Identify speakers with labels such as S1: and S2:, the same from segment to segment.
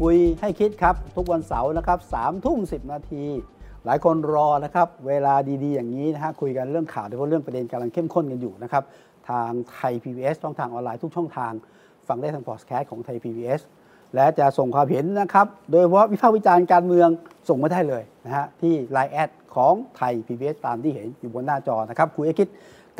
S1: คุยให้คิดครับ ทุกวันเสาร์นะครับสามทุ่มสินาที หลายคนรอนะครับ เวลาดีๆ อย่างนี้นะฮะคุยกันเรื่องข่าวโดยเฉพาะเรื่องประเด็นกำลังเข้มข้นกันอยู่นะครับ ทางไทย PBS ช่องทางออนไลน์ทุกช่องทาง ฟังได้ทางพอดแคสต์ของไทย PBS และจะส่งความเห็นนะครับ โดยเฉพาะวิพากษ์วิจารณ์การเมืองส่งมาได้เลยนะฮะที่ Line แอดของไทย PBS ตามที่เห็นอยู่บนหน้าจอนะครับคุยให้คิด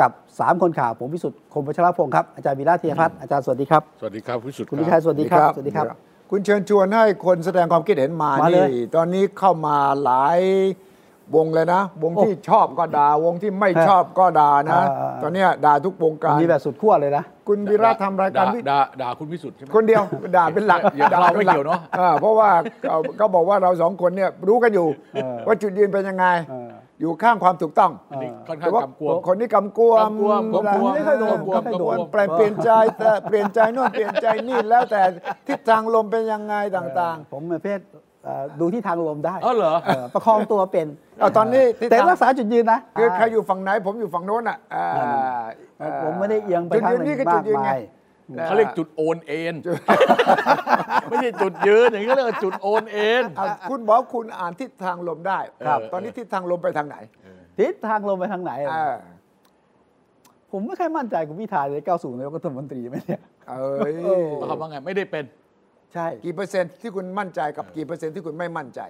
S1: กับสามคนข่าวผมพิสุทธิ์คมวัชรพงศ์ครับอาจารย์วีระธีรพัฒน์อาจารย์สวัสดีครับ
S2: สวัสดีครับคุณสุด
S1: คุณวิชัยสวัสดีครับ สวัสดีครับ
S3: คุณเชิญชวนให้คนแสดงความคิดเห็นมา
S1: มาเลย
S3: นี่ตอนนี้เข้ามาหลายวงเลยนะ วงที่ชอบก็ดา่าวงที่ไม่ชอบก็ด่านะ
S1: อ่า
S3: ตอนเนี้ยด่าทุกวงการ
S1: มีแบบสุดขั้วเลยนะ
S3: คุณวิระทำรายการ
S2: ด่
S3: วิ
S2: ด่าด่าคุณวิสุทธ์ใช่ไหม
S3: คนเดียว ด่าเป็นหลัก
S2: อย่า
S3: ด่ป็หลั
S2: เราไม่เกี่ยวเนอะ
S3: อ่เพราะว่าเขาเขาบอกว่าเราสองคนเนี่ยรู้กันอยู่
S1: เออ
S3: ว่าจุดยืนเป็นยังไง
S1: เออ
S3: อยู่ข้างความถูกต้อง
S2: อันนี้ค่อนข้า
S3: แต่ว่าก
S2: งำกวม
S3: คนนี้กำกวม
S2: กำกวมกำกวม
S3: ไม่ค่อยโดน
S2: กำกวม
S3: กำก
S2: กำก
S3: ว
S2: ว
S3: ม
S2: ม
S3: แปลงเปลี่ยนใจ แต่เปลี่ยนใจโน่นเปลี่ยนใจนี่แล้วแต่ทิศทางลมเป็นยังไงต่าง
S1: ผมประเภทเอ่อดูที่ทางลมได้
S2: อ๋อเหรอ
S1: ประคองตัวเป็น
S3: เอาตอนนี้ที่
S1: แต่
S3: ทาง
S1: รักษาจุดยืนนะ
S3: ๆ คือใครอยู่ฝั่งไหนผมอยู่ฝั่งโน้นอ่ะอ่า
S1: อ่าผมไม่ได้เอียงไปทางไหน
S3: จุดยืก็
S1: มาก
S3: จุดยืนไง
S1: มาย
S2: เขาเรียกจุดโอนเอ็นไม่ใช่จุดยืนอย่างนี้เขาเรียกว่าจุดโอนเอ็น
S3: อ่ะคุณบอกคุณอ่านทิศทางลมได้
S2: ครับ
S3: ตอนนี้ทิศทางลมไปทางไหน
S1: ทิศทางลมไปทางไหน
S3: อ่า
S1: ผมไม่ค่อยมั่นใจคุณพิธาเลยก้าวสู่นายกรัฐมนตรีไหมเนี่ย
S3: เอ้ย
S1: เออ
S2: คำว่าไงไม่ได้เป็น
S1: ใช่
S3: กี่เปอร์เซ็นต์ที่คุณมั่นใจกับกี่เปอร์เซ็นต์ที่คุณไม่มั่นใจ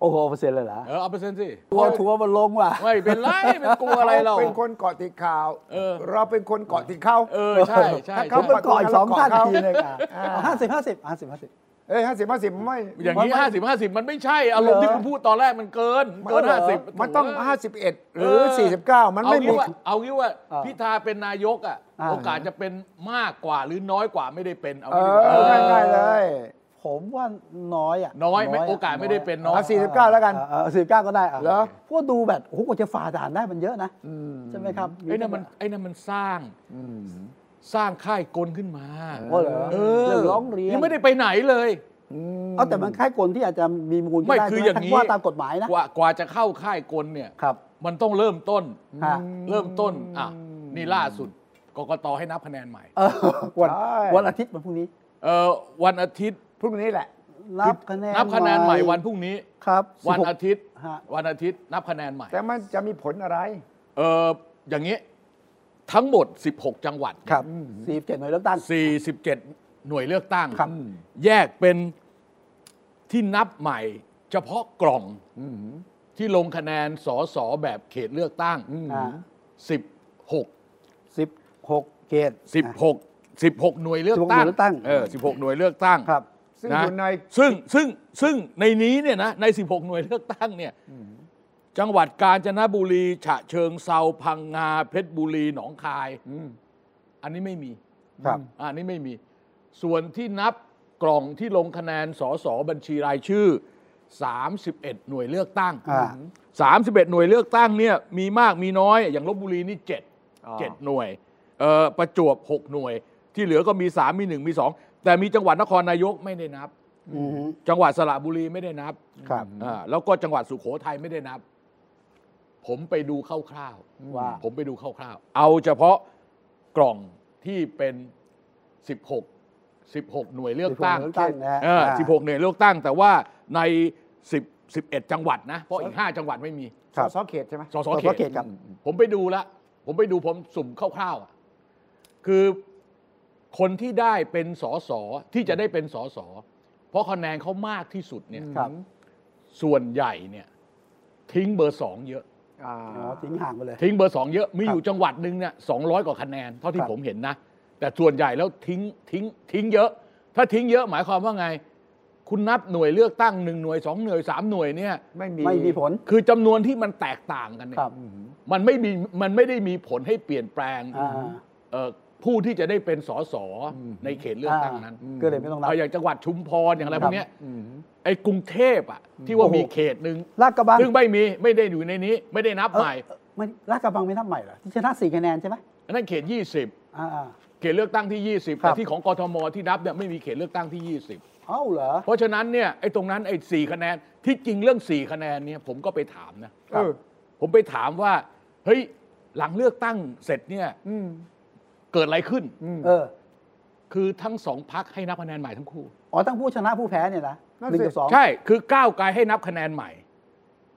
S1: โอ้โหเปอร์เซ็นต์เลยเหรอ
S2: เออเอาเปอร์เซ็นต์สิ
S1: ทัวร์ทัวร์มันลงว่ะ
S2: ไม่เป็นไรเป็นกลัวอะไรเรา
S3: เป็นคนเกาะติดข่าว
S2: เออ
S3: เราเป็นคนเกาะติดเขา
S2: เออใช่ใช่
S3: ถ้า
S1: เขา
S3: เขา
S1: เป็นก่อยสองท่านทีเลยอ่ะ
S3: อ่า
S1: ห้าสิบห้าสิบห้าสิบห้าสิบ
S3: เอ้ยห้าสิบห้าสิบไม่
S2: อย่างนี้
S3: มั
S2: ห้าสิบห้าสิบมันไม่ใช่อารมณ์ที่คุณพูดตอนแรกมันเกิน เกิน
S1: เหรอ
S2: ห้าสิบ
S3: มันต้อง 51 หรือ 49 มันไม่
S2: เอา
S3: มี
S2: งี้ว่าเอางี้ว่า
S1: อ่า
S2: พิธาเป็นนายกอ่ะ
S1: อ่า
S2: โอกาสจะเป็นมากกว่าหรือน้อยกว่าไม่ได้เป็นเอา
S3: เอ
S2: งี้ดีกว่า
S3: อง่ายๆเลย
S1: ผมว่าน้อยอ่ะ
S2: น้อยไม่โอกาสไม่ได้เป็นน้อย
S3: เอาสิ 49แล้วกัน
S1: สี่สิบเก้าก็ได้อ่ะ
S3: เหรอ
S1: พวกดูแบบโอ้โหกว่าจะฝ่าด่านได้มันเยอะนะใช่ไหมครับ
S2: ไอ้นั่นมันไอ้นั่นมันสร้างสร้างค่ายกลขึ้นมา
S1: โอ้เหรอ
S2: เออ
S1: เรื่องร้องเรียน
S2: ยังไม่ได้ไปไหนเลย
S1: เอาแต่มันคล้ายกลที่อาจจะมีมูลก็
S2: ไม่
S1: ด้
S2: คือ
S1: ใช่ห
S2: อย่างนี้
S1: ว่าตามกฎหมายนะ
S2: กว่ากว่าจะเข้าค่ายกลเนี่ย
S1: ครับ
S2: มันต้องเริ่มต้น
S1: ฮะ
S2: เริ่มต้นอ่ะนี่ล่าสุดกกตให้นับคะแนนใหม่
S1: เออวัน
S3: ใช่
S1: วันอาทิตย์วันพรุ่งนี้
S2: เออวันอาทิตย์
S3: พรุ่งนี้แหละ
S1: นับคะแนน
S2: นับคะแนนใหม่วันพรุ่งนี้
S1: ครับ
S2: วัน
S1: 16
S2: อาทิตย์
S1: ฮะ
S2: วันอาทิตย์นับคะแนนใหม่
S3: แต่มันจะมีผลอะไร
S2: เอออย่างนี้ทั้งหมด 16 จังหวัด
S1: ครับสี่สิบเจ็ดหน่วยเลือกตั้ง
S2: 47 หน่วยเลือกตั้ง
S1: ครับ
S2: แยกเป็นที่นับใหม่ เฉพาะกล่องที่ลงคะแนนสอสอแบบเขตเลือกตั้ง
S1: อ่า
S2: 16
S1: สิบหกเขต
S2: 16 16 หน่วยเลือกตั้
S1: 16หน่ว
S2: ง
S1: ยเลือกตั้ง
S2: เออ16 หน่วยเลือกตั้ง
S1: ครับ
S3: ซึ่ง
S2: นะ
S3: อยู่ใน
S2: ซึ่งซึ่งซึ่งในนี้เนี่ยนะใน 16 หน่วยเลือกตั้งเนี่ยจังหวัดกาญจนบุรี ฉะเชิงเซาพังงาเพชรบุรีหนองคาย อันนี้ไม่มี
S1: ครับ
S2: อันนี้ไม่มี ส่วนที่นับกล่องที่ลงคะแนนสสบัญชีรายชื่อ 31 หน่วยเลือกตั้ง
S1: อ่า
S2: 31 หน่วยเลือกตั้งเนี่ยมีมากมีน้อย อย่างลบบุรีนี่ 7
S3: อ๋อ
S2: 7 หน่วยเอ่อประจวบ 6 หน่วย ที่เหลือก็มี 3 มี 1 มี 2 แต่มีจังหวัดนครนายกไม่ได้นับ
S1: อืม
S2: จังหวัดสระบุรีไม่ได้นับ
S1: ครับ
S2: อ่าแล้วก็จังหวัดสุโขทัยไม่ได้นับ ผมไปดูคร่าวๆ
S1: ว่า
S2: ผมไปดูคร่าวๆ เอาเฉพาะกล่องที่เป็น 16 16 หน่วยเลือกตั้ง
S1: 16หน่วยเลือกตั้งนะฮะ
S2: เออ
S1: อ่า
S2: 16 หน่วยเลือกตั้ง แต่ว่าใน 10 11 จังหวัดนะ เพราะอีก 5 จังหวัดไม่มี
S1: ครับ
S3: สอเขตใช่ไหม
S2: สส
S1: สสเข
S2: เข
S1: ต
S2: ต
S1: ครับ
S2: ผมไปดูละ ผมไปดูผมสุ่มคร่าวๆอะคือคนที่ได้เป็นสสที่จะได้เป็นสสเพราะคะแนนเขามากที่สุดเนี่ย
S1: ครับ
S2: ส่วนใหญ่เนี่ยทิ้งเบอร์สองเยอะ
S1: อ๋อทิ้งห่างไปเลย
S2: ทิ้งเบอร์สองเยอะ มี
S1: ครับ
S2: อยู่จังหวัดหนึ่งเนี่ยสองร้อยกว่าคะแนน เท่า
S1: ค
S2: ที่
S1: รับ
S2: ผมเห็นนะ แต่ส่วนใหญ่แล้วทิ้งทิ้งทิ้งเยอะ ถ้าทิ้งเยอะหมายความว่าไง คุณนับหน่วยเลือกตั้งหนึ่งหน่วยสองหน่วยสามหน่วยเนี่ย
S3: ไม่มี
S1: ไม่มีผล
S2: คือจำนวนที่มันแตกต่างกันเนี่
S1: ค
S2: ย
S1: รับ
S2: มันไม่มีมันไม่ได้มีผลให้เปลี่ยนแปลง
S1: อ่า
S2: เอ่อ ผู้ที่จะได้เป็นสสในเขตเลือกตั้งนั้น
S1: อ่าก็เลยไม่ต้องรับ
S2: เอาอย่างจังหวัดชุมพรอย่างอะไร
S1: ค
S2: พ
S1: รั
S2: ว
S1: บ
S2: กเนี้ย
S1: อืม
S2: ไอ้กรุงเทพอ่ะที่ว่า
S1: โอ้โห
S2: มีเขตหนึ่ง
S1: ลาดกระบัง
S2: ซึ่งไม่มีไม่ได้อยู่ในนี้ ไม่ได้นับ
S1: เอ่อ
S2: ใหม่
S1: เอ่อไม่ลาดกระบังไม่นับใหม่เหรอที่ชนะสี่คะแนนใช่ไหม
S2: อันนั้นเขต 20
S1: อ่าอ่า
S2: เขตเลือกตั้งที่ 20
S1: ครั
S2: แต่
S1: บ
S2: ที่ของกทมที่นับเนี่ยไม่มีเขตเลือกตั้งที่ 20
S1: เอ้าเหรอ
S2: เพราะฉะนั้นเนี่ยไอ้ตรงนั้นไอ้สคะแนนที่จริงเรื่อง 4 คะแนนเนี่ยผมก็ไปถามนะ
S1: ครับ
S3: เออ
S2: ผมไปถามว่าเฮ้ยหลังเลือกตั้งเสร็จเนี่ย
S3: อืม
S2: เกิดอะไรขึ้น
S3: อืม
S1: เออ
S2: คือทั้งสองพักให้นับคะแนนใหม่ทั้งคู่
S1: อ๋อตั้งผู้ชนะผู้แพ้เนี่ยนะ
S3: นั่น
S1: ห
S3: สิ
S1: นึ่งกับสอง
S2: ใช่คือก้าวไกลให้นับคะแนนใหม่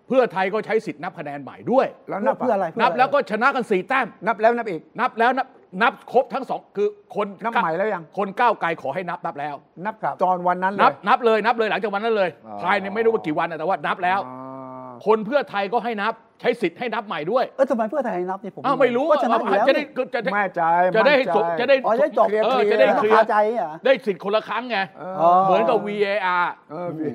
S2: เพื่อไทยก็ใช้สิทธิ์นับคะแนนใหม่ด้วย
S3: แล้ว
S1: เพื่
S3: นั
S1: อบ เพื่ออะไรเพื่อ
S2: นับ
S1: อะไร
S2: แล้วก็ชนะกันสี่แต้ม
S3: นับแล้วนับอีก
S2: นับแล้วนับนับครบทั้งสองคือคน
S3: นับใหม่แล้วยัง
S2: คนก้าวไกลขอให้นับนับแล้ว
S3: นับ
S1: ครับ
S3: ตอนวันนั้นเล
S2: นับ
S3: ย
S2: นับเลยนับเลยหลังจากวันนั้นเลย
S3: อ๋อ
S2: ภายในไม่รู้ว่ากี่วันนะแต่ว่านับแล้ว
S3: อ่า
S2: คนเพื่อไทยก็ให้นับใช้สิทธิ์ให้นับใหม่ด้วย
S1: เออทำไมเพื่อไทยนับเนี่ยผม
S2: อ้าวไม่รู้
S1: ก็ชนะอยู่
S2: อ่ะ
S1: แล้ว
S2: จะได้
S1: นี่
S2: จะได้
S3: แม่ใจ
S2: จะได้
S3: มั่น
S2: จ
S3: ใจ
S2: บจะได้
S1: อ๋อจะได้จบ
S2: เออ
S3: เค
S2: จะได้เค
S3: ลียร์
S2: ลีย
S1: คา
S2: ร์
S1: ใจอ่ะ
S2: ได้สิทธิ์คนละครั้งไง
S3: เอ
S1: เออ
S3: อ
S2: เหมือนกับ VAR
S3: เออพี่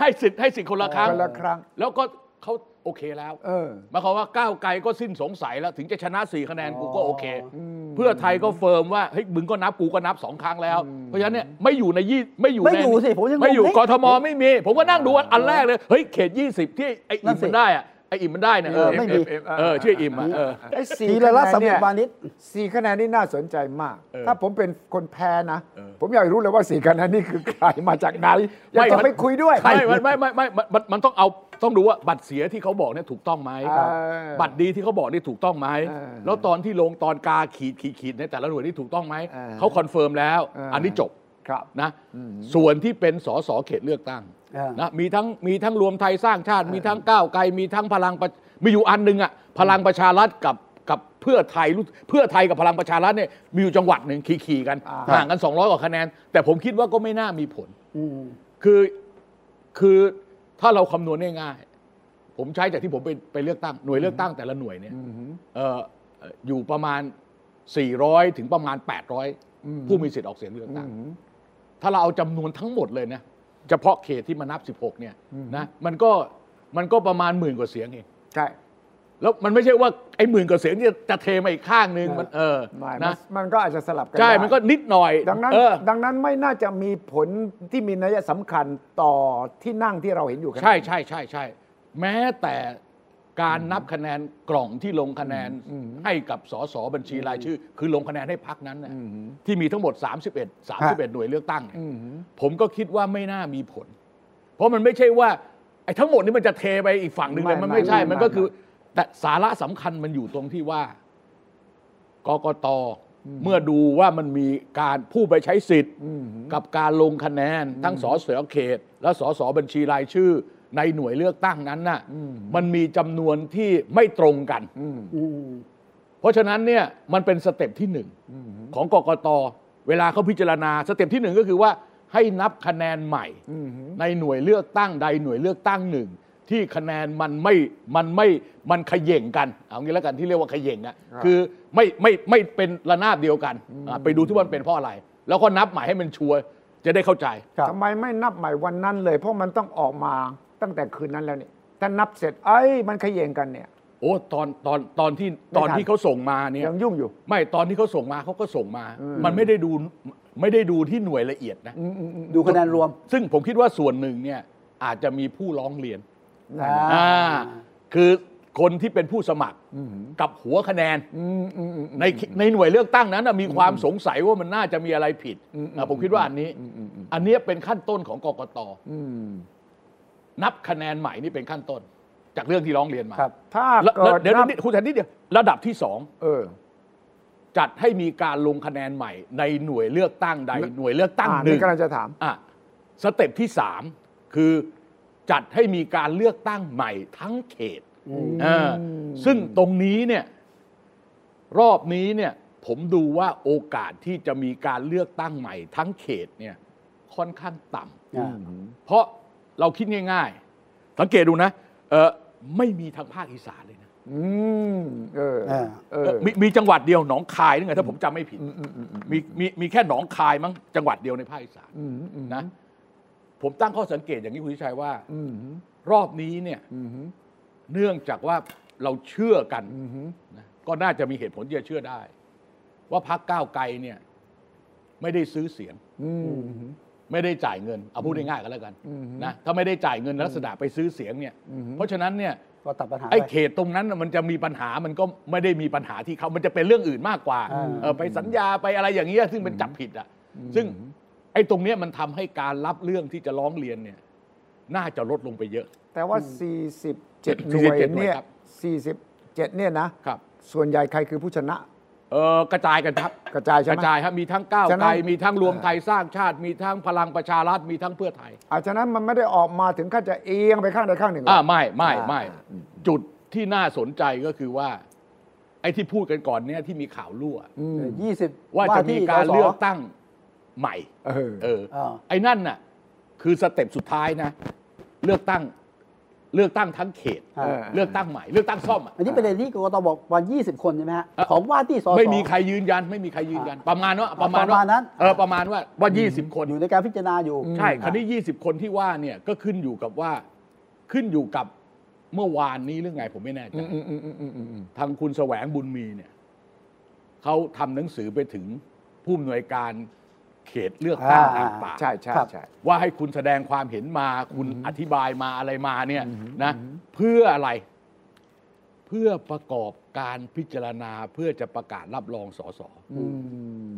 S2: ให้สิทธิ์ให้สิทธิ์คนละครั้ง
S3: วันละครั้ง
S2: แล้วก็เขาโอเคแล้ว
S3: เออ
S2: หมายความว่าก้าวไกลก็สิ้นสงสัยแล้ว ถึงจะชนะ4คะแนนกูก็โอเค
S3: อืม
S2: เพื่อไทยก็เฟิร์มว่าเฮ้ยมึงก็นับกูก็นับสองครั้งแล้ว เพราะฉะนั้นเนี่ยไม่อยู่ในยี่ไม่อยู่
S1: ไม่
S2: ใน
S1: อยู่สิผมยังงง
S2: ไม่อยู่
S1: เฮ้ย
S2: กทมไม่มี ผมก็นั่งดูอันอันแรกเลยเฮ้ยเขต 20 ที่ไอ
S1: นั่น
S2: อิ่ม
S1: สิ
S2: มันได้อะไออิ่มมันได้เนี่ยเออ
S1: เออไม่มี
S2: เออเออชื่ออิ่มอะเออ
S3: ไอ้สี่
S1: ที
S3: คะ
S1: ละ
S3: แน
S1: รั
S3: น
S1: ศมี
S3: เนี่ย
S1: วานิช
S3: สี่คะแนนนี่น่าสนใจมาก
S2: เออ
S3: ถ้าผมเป็นคนแพ้นะ
S2: เออ
S3: ผมอยากรู้เลยว่าสี่คะแนนนี่คือใครมาจากไหนอยากจะไปคุยด้วย
S2: ไม่ไม่ไม่ไม่ไม่มันมันต้องเอาต้องดูว่าบัตรเสียที่เขาบอกเนี่ยถูกต้องไหม
S3: เออ
S2: บัตรดีที่เขาบอกนี่ถูกต้องไหม
S3: เออ
S2: แล้วตอนที่ลงตอนกาขีดขีดขีดในแต่ละหน่วยนี่ถูกต้องไหม
S3: เออ
S2: เขาคอนเฟิร์มแล้ว
S3: เอออั
S2: อันนี้จบ
S3: ครับ
S2: นะส่วนที่เป็นสสเขตเลือกตั้ง
S1: อ่าน
S2: นะมีทั้งมีทั้งรวมไทยสร้างชาติ มีทั้งก้าวไกลมีทั้งพลังประมีอยู่อันหนึ่งอะพลังประชารัฐกับกับเพื่อไทยรู้เพื่อไทยกับพลังประชารัฐเนี่ยมีอยู่จังหวัดหนึ่งขี่ๆกัน
S3: อ่า
S2: ห่างกัน 200 กว่าคะแนน แต่ผมคิดว่าก็ไม่น่ามีผล
S1: อืม
S2: คือคือถ้าเราคำนวณง่ายๆผมใช้จากที่ผมไปไปเลือกตั้งหน่วยเลือกตั้งแต่ละหน่วยเนี่ยเอ่อเอ่ออยู่ประมาณ 400 ถึงประมาณ 800 ผู้มีสิทธิ์ออกเสียงเลือกตั้ง ถ้าเราเอาจำนวนทั้งหมดเลยนะเฉพาะเขตที่มานับ 16 เนี่ยนะมันก็มันก็ประมาณหมื่นกว่าเสียงเอง
S3: ใช่
S2: แล้วมันไม่ใช่ว่าไอ้หมื่นกว่าเสียงเนี่ยจะเทมาอีกข้างนึงมันเออ
S3: ไม่
S2: นะ
S3: มันก็อาจจะสลับกั
S2: ใช่
S3: ได้
S2: มันก็นิดหน่อย
S3: ดังนั้น
S2: เออ
S3: ดังนั้นไม่น่าจะมีผลที่มีนัยสำคัญต่อที่นั่งที่เราเห็นอยู่ขณะ
S2: ใช่ใช่ใช่ใช่แม้แต่การนับคะแนนกล่องที่ลงคะแนนให้กับสสบัญชีรายชื่อ คือลงคะแนนให้พักนั้นนะที่มีทั้งหมด 31 31 หน่วยเลือกตั้งเนี่ยผมก็คิดว่าไม่น่ามีผล เพราะมันไม่ใช่ว่าไอ้ทั้งหมดนี้มันจะเทไปอีกฝั่งหนึ่งเลยมันไม่ใช่มันก็คือ แต่สาระสำคัญมันอยู่ตรงที่ว่ากกตเมื่อดูว่ามันมีการผู้ไปใช้สิทธิ์
S3: อืม
S2: กับการลงคะแนนทั้งสสเขต และสสบัญชีรายชื่อ ในหน่วยเลือกตั้งนั้นน่ะมันมีจำนวนที่ไม่ตรงกัน
S3: อืม
S1: อืม
S2: เพราะฉะนั้นเนี่ยมันเป็นสเต็ปที่หนึ่งของกกตเวลาเขาพิจารณาสเต็ปที่หนึ่งก็คือว่าให้นับคะแนนใหม่
S3: อืม
S2: ในหน่วยเลือกตั้งใดหน่วยเลือกตั้งหนึ่ง ที่คะแนนมันไม่มันไม่มันเขย่งกันเอางี้แล้วกันที่เรียกว่าเขย่งอ่ะคือไม่ไม่ไม่เป็นระนาบเดียวกันอ่ะไปดูที่ว่ามันเป็นเพราะอะไร แล้วก็นับใหม่ให้มันชัวร์จะได้เข้าใจ
S1: ครับ
S3: ทำไมไม่นับใหม่วันนั้นเลย เพราะมันต้องออกมาตั้งแต่คืนนั้นแล้วนี่ถ้านับเสร็จเอ้ยมันเขยงกันเนี่ย
S2: โอ้ตอนตอนตอนที่
S3: ไม่ทัน
S2: ตอนที่เขาส่งมาเนี่ย
S3: ยังยุ่งอยู่
S2: ไม่ตอนที่เขาส่งมาเขาก็ส่งมา มันไม่ได้ดูไม่ได้ดูที่หน่วยละเอียดนะ
S1: ดูคะแนนรวม
S2: ซึ่งผมคิดว่าส่วนหนึ่งเนี่ยอาจจะมีผู้ร้องเรียน
S3: อ่า
S2: อ่าคือคนที่เป็นผู้สมัครกับหัวคะแนน
S3: อืมอืมอืมอืม
S2: ในในหน่วยเลือกตั้งนั้นน่ะมีความสงสัยว่ามันน่าจะมีอะไรผิดอ่ะผมคิดว่าอันนี้ อันเนี้ยเป็นขั้นต้นของกกต
S3: อืม
S2: นับคะแนนใหม่นี่เป็นขั้นต้น จากเรื่องที่ร้องเรียนมา
S1: ครับ
S3: ถ้า
S2: แล้ว
S3: เกิ
S2: แล้ว
S3: ด
S2: เดี๋ยว
S3: นับ
S2: นิดคุณแทนนิดเดียวระดับที่สอง
S3: เออ
S2: จัดให้มีการลงคะแนนใหม่ในหน่วยเลือกตั้งใด
S3: เลือก
S2: หน่วยเลือกตั้ง
S3: อ่า
S2: หนึ่ง
S3: กำลังจะถาม
S2: อ่ะสเต็ปที่สามคือจัดให้มีการเลือกตั้งใหม่ทั้งเขตเออซึ่งตรงนี้เนี่ยรอบนี้เนี่ยผมดูว่าโอกาสที่จะมีการเลือกตั้งใหม่ทั้งเขตเนี่ยค่อนข้างต่
S1: อ่า
S2: ำเพราะเราคิดง่ายๆ สังเกตดูนะเออไม่มีทางภาคอีสานเลยนะ
S3: อืมเออ
S1: อ่า
S3: เอ
S2: เอ
S3: อ
S2: อมีมีจังหวัดเดียวหนองคายนี่ไงถ้าผมจำไม่ผิด มีมีมีแค่หนองคายมั้งจังหวัดเดียวในภาคอีสานนะ ผมตั้งข้อสังเกตอย่างนี้คุณวิชัยว่า รอบนี้เนี่ย เนื่องจากว่าเราเชื่อกันนะ ก็น่าจะมีเหตุผลที่จะเชื่อได้ ว่าพักก้าวไกลเนี่ยไม่ได้ซื้อเสียง
S3: อืม
S2: ไม่ได้จ่ายเงินเอาพูดง่ายๆกันแล้วกัน
S3: อืม
S2: นะถ้าไม่ได้จ่ายเงินลักษณะไปซื้อเสียงเนี่ย เพราะฉะนั้นเนี่ย
S1: ก็ตัดปัญหา
S2: ไอ้
S1: ไป
S2: เขตตรงนั้นน่ะมันจะมีปัญหามันก็ไม่ได้มีปัญหาที่เขามันจะเป็นเรื่องอื่นมากกว่า
S1: อ่า
S2: เออไปสัญญาไปอะไรอย่างเงี้ยซึ่งเป็นจับผิดอ่ะ ซึ่งไอ้ตรงเนี้ยมันทำให้การรับเรื่องที่จะร้องเรียนเนี่ย น่าจะลดลงไปเยอะ
S3: แต่ว่า 47 หน่วย
S2: 47หน่วย
S3: เนี่ย
S2: ครับ
S3: 47 เนี่ยนะ
S2: ครับ
S3: ส่วนใหญ่ใครคือผู้ชนะ
S2: เออกระจายกันครับ
S3: กระจายใช่
S2: ก
S3: ไหม
S2: ระจายครับมีทั้งก้าว
S3: ฉะนั้
S2: ไกล
S3: น
S2: มีทั้งรวมไทยสร้างชาติ มีทั้งพลังประชารัฐมีทั้งเพื่อไทย
S3: อาฉะนั้นมันไม่ได้ออกมาถึงขั้นจะเอียงไปข้างใดข้างหนึ่งหรอก
S2: อ่าไม่ไม่
S3: อ่า
S2: ไม่
S3: อืม
S2: จุดที่น่าสนใจก็คือว่า ไอ้ที่พูดกันก่อนเนี่ยที่มีข่าวรั่ว
S3: อืม
S1: ยี่สิบ
S2: ว่าจะมีการเลือกตั้งใหม่
S3: เออ
S2: เออ
S1: อ่า
S2: ไอ้นั่นน่ะ คือสเต็ปสุดท้ายนะ เลือกตั้ง เลือกตั้งทั้งเขต
S1: อ่า
S3: เออ
S2: เลือกตั้งใหม่ เลือกตั้งซ่อมอ่ะ
S1: อันนี้ประเด็นที่กกตบอกวัน 20 คนใช่ไหมฮะ
S2: เอ่อ
S1: ของว่าที่สส
S2: ไม่มีใครยืนยัน ไม่มีใครยืนยัน ประมาณว่าประมาณ
S1: ประมา
S2: ว่า
S1: ณนั้น
S2: เออประมาณว่าว่า 20 คน
S1: อยู่ในการพิจารณาอยู่
S2: ใช่คราวนี้ 20 คนที่ว่าเนี่ยก็ขึ้นอยู่กับว่าขึ้นอยู่กับเมื่อวานนี้เรื่องไงผมไม่แน่ใจ
S3: อืมอืมอืมอืมอืมอืม
S2: ทางคุณแสวงบุญมีเนี่ยเขาทำหนังสือไปถึงผู้อำนวยการเขตเลือกตั้งต่างๆ
S3: ใช่ใช่ใช่
S2: ว่าให้คุณแสดงความเห็นมาคุณอธิบายมาอะไรมาเนี่ยนะเพื่ออะไร เพื่อประกอบการพิจารณาเพื่อจะประกาศรับรองสส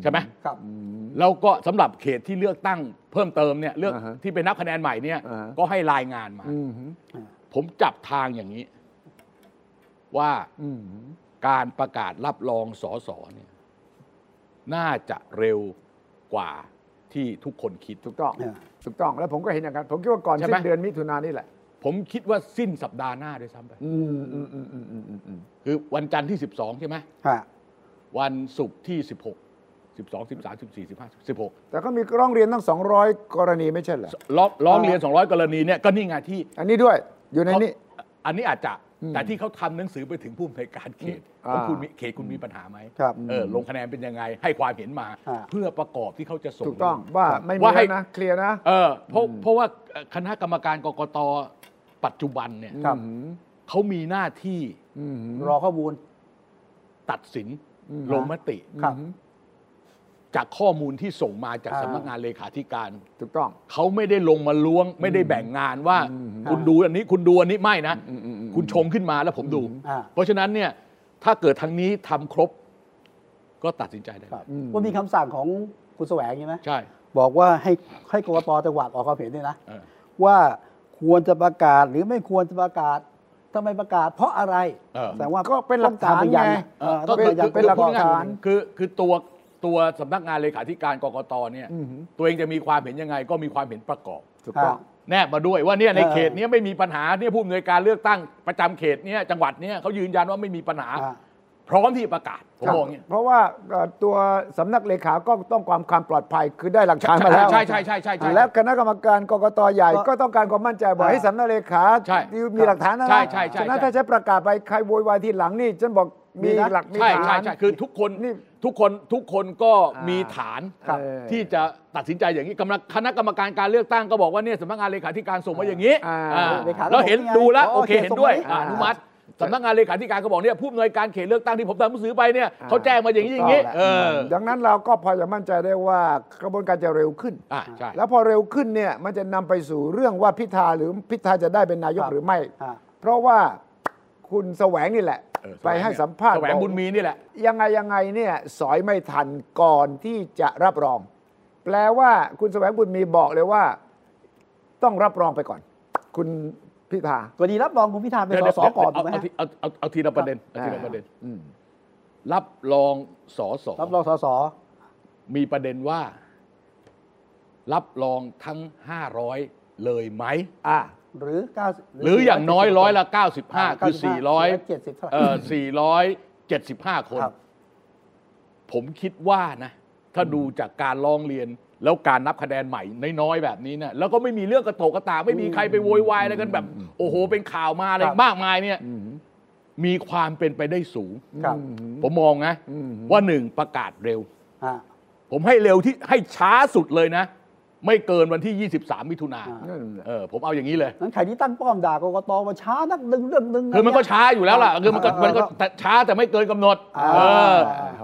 S2: ใช่ไหม
S1: ครับ
S2: แล้วก็สำหรับเขตที่เลือกตั้งเพิ่มเติมเนี่ยเลือก
S3: อ่าฮะ
S2: ที่เป็นนับคะแนนใหม่เนี่ย
S3: อ่าฮะ
S2: ก็ให้รายงานมา
S3: อืม
S2: ผมจับทางอย่างนี้ ว่า
S3: อืม
S2: การประกาศรับรองสสเนี่ยน่าจะเร็วกว่าที่ทุกคนคิด
S3: ถูกต้อง
S1: เออ
S3: ถูกต้องแล้วผมก็เห็นอย่างนั้น ผมคิดว่าก่อน
S2: ใช่
S3: สิ้
S2: ไหม
S3: นเดือนมิถุนายนนี่แหละ
S2: ผมคิดว่าสิ้นสัปดาห์หน้าด้วยซ้ำไป
S3: อืมอืมอืมอืมอืมอืมอืม
S2: คือวันจันทร์ที่ 12 ใช่ไหม
S1: ฮะ
S2: วันศุกร์ที่ 16 12 13 14 15 16
S3: แต่ก็มีร้องเรียนตั้ง 200 กรณีไม่ใช่เหรอ
S2: ร้องร้องเรียน 200 กรณีเนี่ยก็นี่ไงที่
S3: อันนี้ด้วยอยู่ในนี้
S2: เขาอันนี้อาจจะ
S3: อืม
S2: แต่ที่เขาทำหนังสือไปถึงผู้อำนวยการเขต
S3: อ่า
S2: ว่าคุณมีเขตคุณมีปัญหาไหม
S1: ครับ
S2: เออลงคะแนนเป็นยังไง ให้ความเห็นมา
S1: อ่า
S2: เพื่อประกอบที่เขาจะส่ง
S3: ถูกต้องว่าไม่มี
S2: ว่าให้
S3: แล้วนะเคลียร์นะ
S2: เออเพราะเพราะว่าคณะกรรมการกกตปัจจุบันเนี่ย
S1: ครับ
S3: อืม
S2: เขามีหน้าที่
S3: อืม
S1: รอข้อมูล
S2: ตัดสิน
S3: อืม
S2: ลงมติ
S1: ครับ
S2: จากข้อมูลที่ส่งมาจาก
S1: อ่า
S2: สำนักงานเลขาธิการ
S3: ถูกต้อง
S2: เขาไม่ได้ลงมาล้วง ไม่ได้แบ่งงานว่า
S3: อืม
S2: คุณดูอันนี้คุณดูอันนี้ไม่นะ
S3: อืมอืมอืม
S2: คุณชงขึ้นมาแล้วผมดู
S1: อ่า
S2: เพราะฉะนั้นเนี่ยถ้าเกิดทางนี้ทำครบ ก็ตัดสินใจได้
S1: ครับว่ามีคำสั่งของคุณแสวงใช่ไหม
S2: ใช่
S1: บอกว่าให้ให้กกตจังหวัดออกความเห็นด้วยนะ
S2: เออ
S1: ว่าควรจะประกาศหรือไม่ควรจะประกาศทำไมประกาศ เพราะอะไร
S2: เออ
S1: แต่ว่า
S3: ก็เป็นหลักฐาน
S1: ต้องกรพย
S3: ไง
S1: นะเออ
S2: ก็
S1: ต้อง
S2: คื
S1: การพยานเป็น
S2: อคือ
S1: หลัก
S2: พูดง่ย
S1: ฐาน
S2: ๆคือคือตัวตัวสำนักงานเลขาธิการกกตเนี่ย
S3: อืม
S2: ตัวเองจะมีความเห็นยังไง ก็มีความเห็นประกอบ
S3: ถูกต้อง
S1: อ่
S2: แนบมาด้วยว่าเนี่ยใน
S1: เออ
S2: เขตเนี้ยไม่มีปัญหาเนี่ยผู้อำนวยการเลือกตั้งประจำเขตเนี่ยจังหวัดเนี่ยเขายืนยันว่าไม่มีปัญหา
S1: อ่า
S2: พร้อมที่จะประกาศผม
S3: ครับ
S2: บอกอย่างเงี้ย
S3: เพราะว่าเอ่อตัวสำนักเลขาก็ต้องความความปลอดภัยคือได้หลักฐานมาแล้ว
S2: ใช่ใช่ใช่ใช่ใช่
S3: แล้วคณะกรรมการกกตใหญ่ก็ต้องการความมั่นใจบอกให้
S1: อ่า
S3: สำนักเลขา
S2: ใช่
S3: มีหลักฐานนะ
S2: ใช่ใช่ใช่
S3: ฉะนั้น
S2: ใช่
S3: ถ้าใช้ประกาศไปใครโวยวายทีหลังนี่ฉันบอกมีหลักมี
S2: ใช่
S3: ฐาน
S2: ใช่ใช่คือทุกคน
S3: นี่
S2: ทุกคนทุกคนก็
S3: อ่ามี
S2: มีฐาน
S3: ครับ
S2: ที่จะตัดสินใจอย่างนี้กำลังคณะกรรมการการเลือกตั้งก็บอกว่าเนี่ยสำนักงานเลขาธิการส่งมาอย่างนี้
S3: อ่า
S2: อ่า
S1: เลขา
S2: แล้วเห็น
S1: บอกว่าไง
S2: ดูแล้ว
S1: อ๋อ
S2: โอเค
S1: เขต
S2: เห็นด้วย
S1: ส่งมา
S2: อ่า
S1: ให้
S2: อนุมัติสำนักงานเลขาธิการก็บอกเนี่ยผู้อำนวยการเขตเลือกตั้งที่ผมทำหนังสือไปเนี่ย
S3: อ่า
S2: เขาแจ้งมาอย่างนี้อย่างนี้ เออ
S3: ดังนั้นเราก็พอจะมั่นใจได้ว่ากระบวนการจะเร็วขึ้น
S2: อ่าใช่
S3: แล้วพอเร็วขึ้นเนี่ยมันจะนำไปสู่เรื่องว่าพิธาหรือพิธาจะได้เป็นนายก
S1: ครับ
S3: หรือไม่
S1: อ่า
S3: เพราะว่าคุณแสวงนี่แหละ
S2: เออแสวง
S3: ไปให้
S2: เนี่ย
S3: สัมภาษณ์
S2: แสวง
S3: บอก
S2: บุญมีนี่แหละ
S3: ยังไงยังไงเนี่ยสอยไม่ทันก่อนที่จะรับรอง แปลว่าคุณแสวงบุญมีบอกเลยว่า ต้องรับรองไปก่อน คุณพิธา
S1: ก็ดีรับรองคุณพิธาเป็นสสก่อนถูกไหม
S2: เา
S1: ฮะ
S2: ทีเอาเอาเอาทีละประเด็นเอาทีละประเด็น
S3: อืม
S2: รับรองสอสอ
S1: รับรองสส
S2: มีประเด็นว่า รับรองทั้ง 500 เลยไหม
S3: อ่า
S1: หรือ9
S2: หรืออย่างน้อยร้อยละ 95 คือ
S1: เจ็ดสิบเท่าไหร่
S2: 400เอ่อ475 คน
S1: ครับ
S2: ผมคิดว่านะ ถ้าดูจากการร้องเรียนแล้วการนับคะแนนใหม่น้อยๆแบบนี้เนี่ยแล้วก็ไม่มีเรื่องกระโตกกระตากไม่มีใครไปโวยวายอะไรกันแบบ โอ้โห เป็นข่าวมาอะไรมากมายเนี่ย มีความเป็นไปได้สูง
S1: ครับ
S2: ผมมองนะ ว่าหนึ่งประกาศเร็ว
S1: ฮะ
S2: ผมให้เร็วที่ให้ช้าสุดเลยนะ ไม่เกินวันที่ 23 มิถุนา
S1: อ่า
S3: นั่นแหละ
S2: เออผมเอาอย่างนี้เลย
S1: นั้นใครที่ตั้งป้อมด่ากกตว่าช้านักดึงเรื่องดึง
S2: คือมันก็ช้าอยู่แล้วล่ะคือมันก็
S1: เออ
S2: มันก็แต่ช้าแต่ไม่เกินกำหนด
S1: อ่า
S2: เออ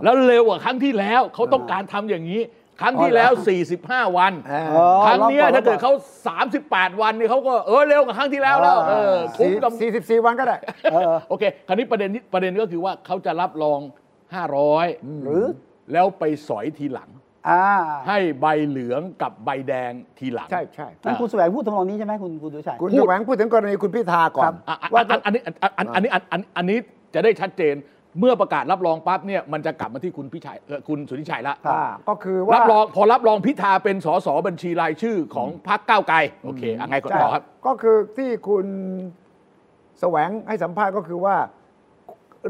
S2: แล้วเร็วกว่าครั้งที่แล้วเขาต้องการทำอย่างนี้ ครั้งที่แล้ว
S1: อ๋อเหรอ
S2: 45 วัน
S3: อ่า
S1: อ๋อ
S2: ครั้งเนี้ย
S1: รอบก่อน
S2: ถ้าเกิดเขา38 วันเนี่ยเขาก็เออเร็วกว่าครั้งที่แล้วแล้ว
S1: อ่า
S2: เออคุ้มกับ
S3: สี่สิบสี่วันก็ได้
S1: เออ
S2: โอเค คราวนี้ประเด็นนี้ประเด็นก็คือว่าเขาจะรับรอง
S1: หรือ
S2: 500 แล้วไปสอยทีหลัง
S1: อ่า
S2: ให้ใบเหลืองกับใบแดงทีหลัง
S3: ใช่ใช่
S1: นั่นคุณแสวงพูดทำนองนี้ใช่ไหมคุณคุณดุชัย
S3: คุณแสวงพูดถึงกรณีคุณพิธาก่อ
S1: ครั
S3: น
S1: บ
S2: อ่ะอ่ะ
S3: ว่า
S2: อันอันนี้อันอันอันนี้อันอันอันนี้จะได้ชัดเจนเมื่อประกาศรับรองปั๊บเนี่ยมันจะกลับมาที่คุณพิชัยเอ่อคุณสุทธิชัยละ
S1: ครับ
S3: อ่าก็คือ
S2: รั
S3: ว่า
S2: บรองพอรับรองพิธาเป็นสสบัญชีรายชื่อของพรรคก้าวไกลโอเคอะไงก็
S3: ใช่
S2: ต่อครับ
S3: ก็คือที่คุณแสวงให้สัมภาษณ์ก็คือว่า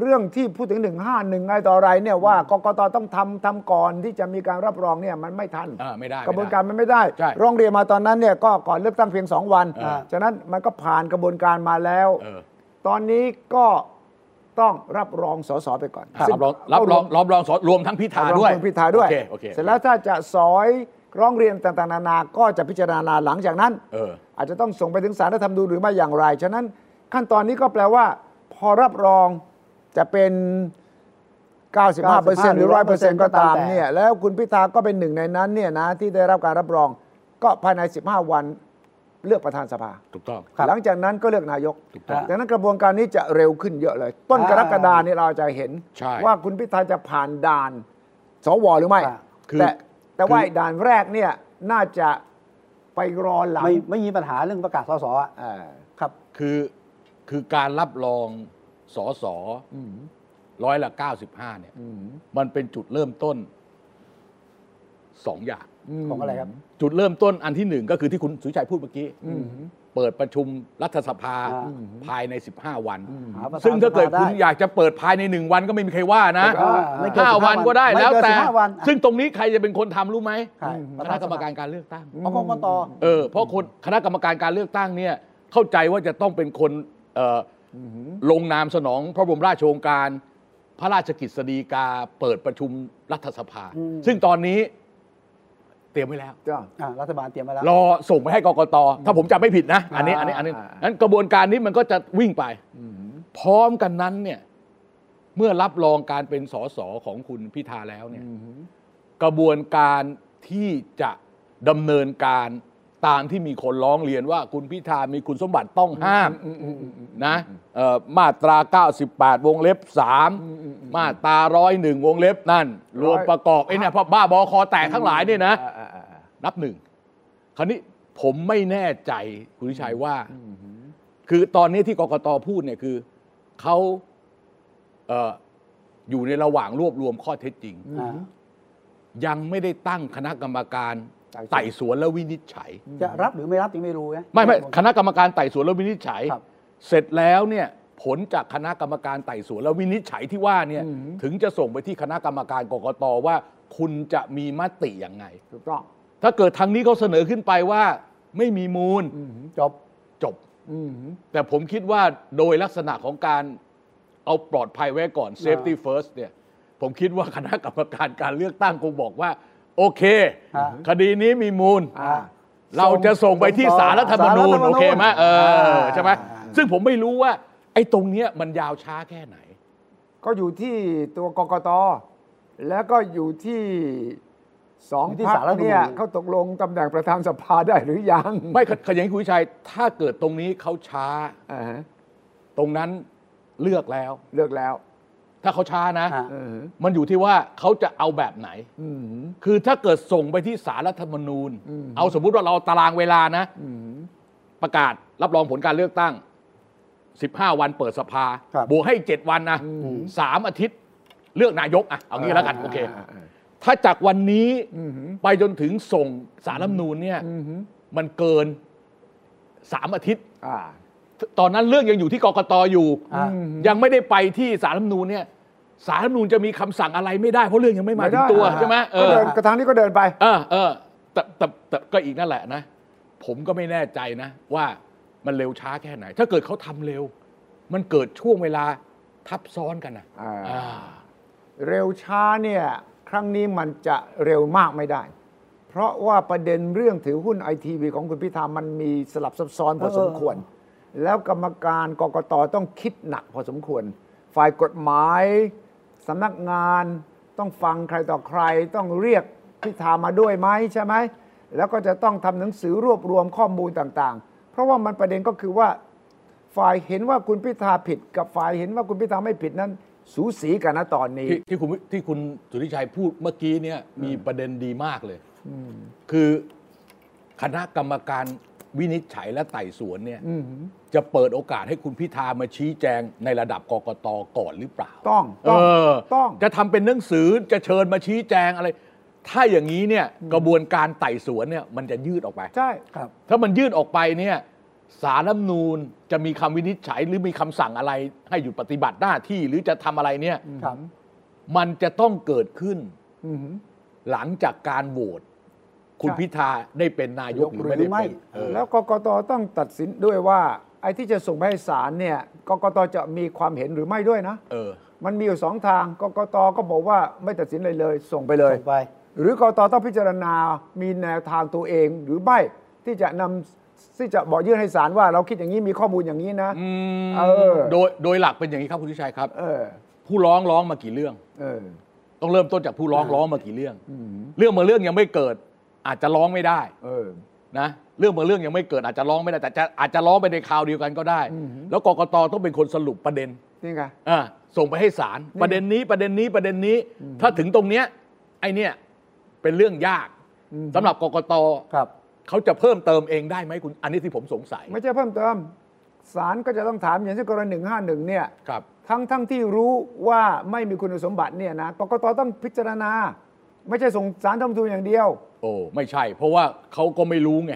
S3: เรื่องที่พูดถึง 151ไงต่ออะไรเนี่ยว่ากกตต้องทำทำก่อนที่จะมีการรับรองเนี่ยมันไม่ทัน
S2: เออไม่ได้
S3: กระบวน
S2: ไม่ได้
S3: การมันไม่ได้
S2: ใช่
S3: ร้องเรียนมาตอนนั้นเนี่ยก็ก่อนเลือกตั้งเพียง 2 วัน
S2: เออ
S3: ฉะนั้นมันก็ผ่านกระบวนการมาแล้ว
S2: เออ
S3: ตอนนี้ก็ต้องรับรองสสไปก่อน
S2: อ่ะ
S3: ซึ่
S2: รับรองรับรองรับรองสรวมทั้งพิธาด้วย
S3: รับรองคุณพิธาด้วย
S2: โอเคโอเค
S3: เสร็จแล้วถ้าจะสอยร้องเรียนต่างๆนานา ก็จะพิจารณาหลังจากนั้น
S2: เออ
S3: อาจจะต้องส่งไปถึงสารรัฐธรรมนูญหรือไม่อย่างไร ฉะนั้นขั้นตอนนี้ก็แปลว่า พอรับรองจะเป็น 95%หรือ 100%ก็ตามเนี่ยแล้วคุณพิธาก็เป็นหนึ่งในนั้นเนี่ยนะที่ได้รับการรับรอง ก็ภายใน 15 วันเลือกประธานสภา
S2: ถูกต้อง
S1: ครับ
S3: หลังจากนั้นก็เลือกนายก
S2: ถูกต้อง
S3: ดังนั้นกระบวนการนี้จะเร็วขึ้นเยอะเลย ต้นกรกฎาเนี่ยเราจะเห็น
S2: ใช่
S3: ว่าคุณพิธาจะผ่านด่านสวหรือไม่
S1: อ่า
S2: คือ
S3: แต่แต่
S2: คื
S3: ว่า
S2: อ
S3: ไอ้ด่านแรกเนี่ยน่าจะไปรอหลัง
S1: ไม่ไม่มีปัญหาเรื่องประกาศสสอ่ะ
S3: อ่า
S1: ครับ
S2: คือคือการรับรองสสร้อยละ 95เนี่ยมันเป็นจุดเริ่มต้นสองอย่าง
S1: ของอะไรครับ
S2: จุดเริ่มต้นอันที่หนึ่งก็คือที่คุณสุวิชัยพูดเมื่อกี้เปิดประชุมรัฐสภา
S1: อ่า
S2: ภายใน 15 วัน
S1: หาประธน
S2: ซึ่งถ้าเกิด
S1: สภ
S2: คุณอยากจะเปิดภายในหนึ่งวันก็ไม่มีใครว่านะ
S1: อ่าไม่เกิ
S2: ห้า
S1: 15
S2: วันก็ได้
S1: ม่
S2: แล้ว
S1: เกิน
S2: แต่
S1: สิบห้าวันอ่ะ
S2: ซึ่งตรงนี้ใครจะเป็นคนทำรู้ไหม
S1: ใช่ป
S2: ค
S1: ระธา
S2: ณะ
S1: น
S2: ก
S1: ส
S2: รรม
S1: ภา
S2: การการเลือกตั้ง
S1: ของกกต
S2: เออเพราะคนคณะกรรมการการเลือกตั้งเนี่ยเข้าใจว่าจะต้องเป็นคนเอ่ออลงนามสนองพระบรมราชโองการ พระราชกฤษฎีกาเปิดประชุมรัฐสภา
S1: อืม
S2: ซึ่งตอนนี้เตรียมไว้แล้ว
S3: จ้ะ
S1: อ่ะรัฐบาลเตรียมมาแล้ว
S2: รอส่งไปให้กกต ถ้าผมจำไม่ผิดนะ อันนี้ อันนี้ อันนี้
S3: อ่าอ่า
S2: นั้นกระบวนการนี้มันก็จะวิ่งไป พร้อมกันนั้นเนี่ย เมื่อรับรองการเป็นสสของคุณพิธาแล้วเนี่ย กระบวนการที่จะดำเนินการตามที่มีคนร้องเรียนว่าคุณพิธามีคุณสมบัติต้องห้ามนะเอ่อมาตรา 98 วงเล็บ 3 มาตรา 101 วงเล็บนั่น รวมประกอบไอ้เนี่ยพวกบ้าบอคอแตกทั้งหลายเนี่ยนะ
S3: อ่าอ่าอ่าอ่า
S2: นับหนึ่ง คราวนี้ผมไม่แน่ใจคุณวิชัยว่า คือตอนนี้ที่กกตพูดเนี่ยคือเขาเอออยู่ในระหว่างรวบรวมข้อเท็จจริง
S1: อ่า
S2: ยังไม่ได้ตั้งคณะกรรมการ
S3: ไต่สวน
S2: ไต่สวนและวินิจฉัย
S1: จะรับหรือไม่รับยังไม่รู้นะ
S2: ไม่ไม่คณะกรรมการไต่สวนและวินิจฉัย
S1: ครับ
S2: เสร็จแล้วเนี่ยผลจากคณะกรรมการไต่สวนและวินิจฉัยที่ว่าเนี่ยถึงจะส่งไปที่คณะกรรมการกกตว่า คุณจะมีมติยังไง
S3: ถูกต้อง
S2: ถ้าเกิดทางนี้เขาเสนอขึ้นไปว่าไม่มีมูล
S1: จบ
S2: จบ แต่ผมคิดว่าโดยลักษณะของการเอาปลอดภัยไว้ก่อน safety first เนี่ย ผมคิดว่า คณะกรรมการการเลือกตั้งคงบอกว่า โอเค
S1: ฮะ
S2: คดีนี้มีมูล
S3: อ่า
S2: เราจะส่งไปที่สารรัฐธรรมนูญ
S1: ศาลรัฐธรรมนูญ
S2: โอเคไหมเอ
S1: อ่
S2: อา ใช่ไหมซึ่งผมไม่รู้ว่า ไอ้ตรงเนี้ยมันยาวช้าแค่ไหน
S3: ก็อยู่ที่ตัวกกต แล้วก็อยู่ที่สอง
S1: อยู่ที่
S3: พรร
S1: ศาลรั
S3: ค
S1: ฐธรรมนูญ
S3: เนี่ยเขาตกลงตำแหน่งประธานสภาได้หรือยัง
S2: ไม่ขขยันคุณวิชัย ถ้าเกิดตรงนี้เขาช้า
S3: อ่าฮะ
S2: ตรงนั้นเลือกแล้ว
S3: เลือกแล้ว
S2: ถ้าเขาช้านะ
S1: อ่า
S3: อ่าฮะ
S2: มันอยู่ที่ว่าเขาจะเอาแบบไหน
S3: อืม
S2: คือถ้าเกิดส่งไปที่สารรัฐธรรมนูญ เอาสมมุติว่าเราเอาตารางเวลานะ
S3: อืม
S2: ประกาศรับรองผลการเลือกตั้ง 15 วันเปิดสภา
S1: ครับ
S2: วกให้ 7 วันนะสามอาทิตย์เลือกนายกอ่ะเอางี้แล้วกันโอเค
S3: อ่าอ่า
S2: ถ้าจากวันนี้ไปจนถึงส่งสารรัฐธรรมนูญเนี่ยมันเกิน 3 อาทิตย์
S3: อ่า
S2: ตอนนั้นเรื่องยังอยู่ที่กกตอยู่
S1: อ่า
S2: ยังไม่ได้ไปที่สารรัฐธรรมนูญเนี่ยสารรัฐธรรมนูญจะมีคำสั่งอะไรไม่ได้เพราะเรื่องยังไม่มาถึงตัวใช่ไหมเอ
S3: ก็
S2: อ
S3: เดินกระทางนี้ก็เดินไป
S2: เออเออแต่แต่แต่ก็อีกนั่นแหละนะ ผมก็ไม่แน่ใจนะ ว่ามันเร็วช้าแค่ไหน ถ้าเกิดเขาทำเร็ว มันเกิดช่วงเวลาทับซ้อนกันนะ
S3: อ่า
S2: อ่า
S3: เร็วช้าเนี่ยครั้งนี้มันจะเร็วมากไม่ได้ เพ เพราะว่าประเด็นเรื่องถือหุ้นไอทีวีของคุณพิธามันมีสลับซับซ้อนพอสมควร แล้วกรรมการกกตต้องคิดหนักพอสมควร ฝ่ายกฎหมายสำนักงานต้องฟังใครต่อใครต้องเรียกพิธามาด้วยไหมใช่ไหม แล้วก็จะต้องทำหนังสือรวบรวมข้อมูลต่างๆ เพราะว่ามันประเด็นก็คือว่า ฝ่ายเห็นว่าคุณพิธาผิด กับฝ่ายเห็นว่าคุณพิธาไม่ผิดนั้น สูสีกันนะตอนนี้
S2: ที่ที่คุณที่คุณสุทธิชัยพูดเมื่อกี้เนี่ยมีประเด็นดีมากเลยคือคณะกรรมการวินิจฉัยและไต่สวนเนี่ยจะเปิดโอกาสให้คุณพิธามาชี้แจงในระดับกกตก่อนหรือเปล่า
S3: ต้อง
S2: เอ
S3: ต้อง
S2: อ
S3: ต้อง
S2: จะทำเป็นหนังสือจะเชิญมาชี้แจงอะไร ถ้าอย่างนี้เนี่ยกระบวนการไต่สวนเนี่ยมันจะยืดออกไป
S3: ใช่
S1: ครับ
S2: ถ้ามันยืดออกไปเนี่ยสารรัฐธรรมนูญจะมีคำวินิจฉัยหรือมีคำสั่งอะไร ให้หยุดปฏิบัติหน้าที่หรือจะทำอะไรเนี่ย
S1: ครับ
S2: มันจะต้องเกิดขึ้น
S3: อือหือ
S2: หลังจากการโหวตคุณ
S3: ใช่
S2: พิธาได้เป็นนายกหรือไม่ได้เป็นเออ
S3: แล้วกกตต้องตัดสินด้วยว่า ไอ้ที่จะส่งไปให้ศาลเนี่ยกกตจะมีความเห็นหรือไม่ด้วยนะ
S2: เออ
S3: มันมีอยู่สองทางกกตก็บอกว่าไม่ตัดสินเลยเลย ส่งไปเลย
S1: ส่งไป
S3: หรือกกตต้องพิจารณา มีแนวทางตัวเองหรือไม่ที่จะนำที่จะบอกยื่นให้ศาลว่า เราคิดอย่างนี้มีข้อมูลอย่างนี้นะ
S2: อืม
S3: เออ
S2: โดยโดยหลักเป็นอย่างนี้ครับคุณทิชัยครับ
S3: เออ
S2: ผู้ร้องร้องมากี่เรื่อง
S3: เออ
S2: ต้องเริ่มต้นจากผู้ร้องร้องมากี่เรื่อง เรื่องมางเรื่องยังไม่เกิด อาจจะร้องไม่ได้
S3: เออ
S2: นะเรื่องบางเรื่องยังไม่เกิดอาจจะร้องไม่ได้แต่จะอาจจะร้องไปในคราวเดียวกันก็ได้
S3: อือหือ
S2: แล้วกกตต้องเป็นคนสรุปประเด็น
S3: นี่ไง
S2: อ่าส่งไปให้ศาลประเด็นนี้ประเด็นนี้ประเด็นนี้ ถ้าถึงตรงเนี้ยไอเนี่ยเป็นเรื่องยาก
S3: อืม
S2: สำหรับกกต
S1: ครับ
S2: เขาจะเพิ่มเติมเองได้ไหมคุณอันนี้ที่ผมสงสัย
S3: ไม่ใช่เพิ่มเติมศาลก็จะต้องถามอย่างเช่นกรณีหนึ่งห้าหนึ่งเนี่ย
S2: ครับ
S3: ทั้งทั้งที่รู้ว่าไม่มีคุณสมบัติเนี่ยนะกกตต้องพิจารณา ไม่ใช่ส่งสารทำทุนอย่างเดียว
S2: โอ้ไม่ใช่ เพราะว่าเขาก็ไม่รู้ไง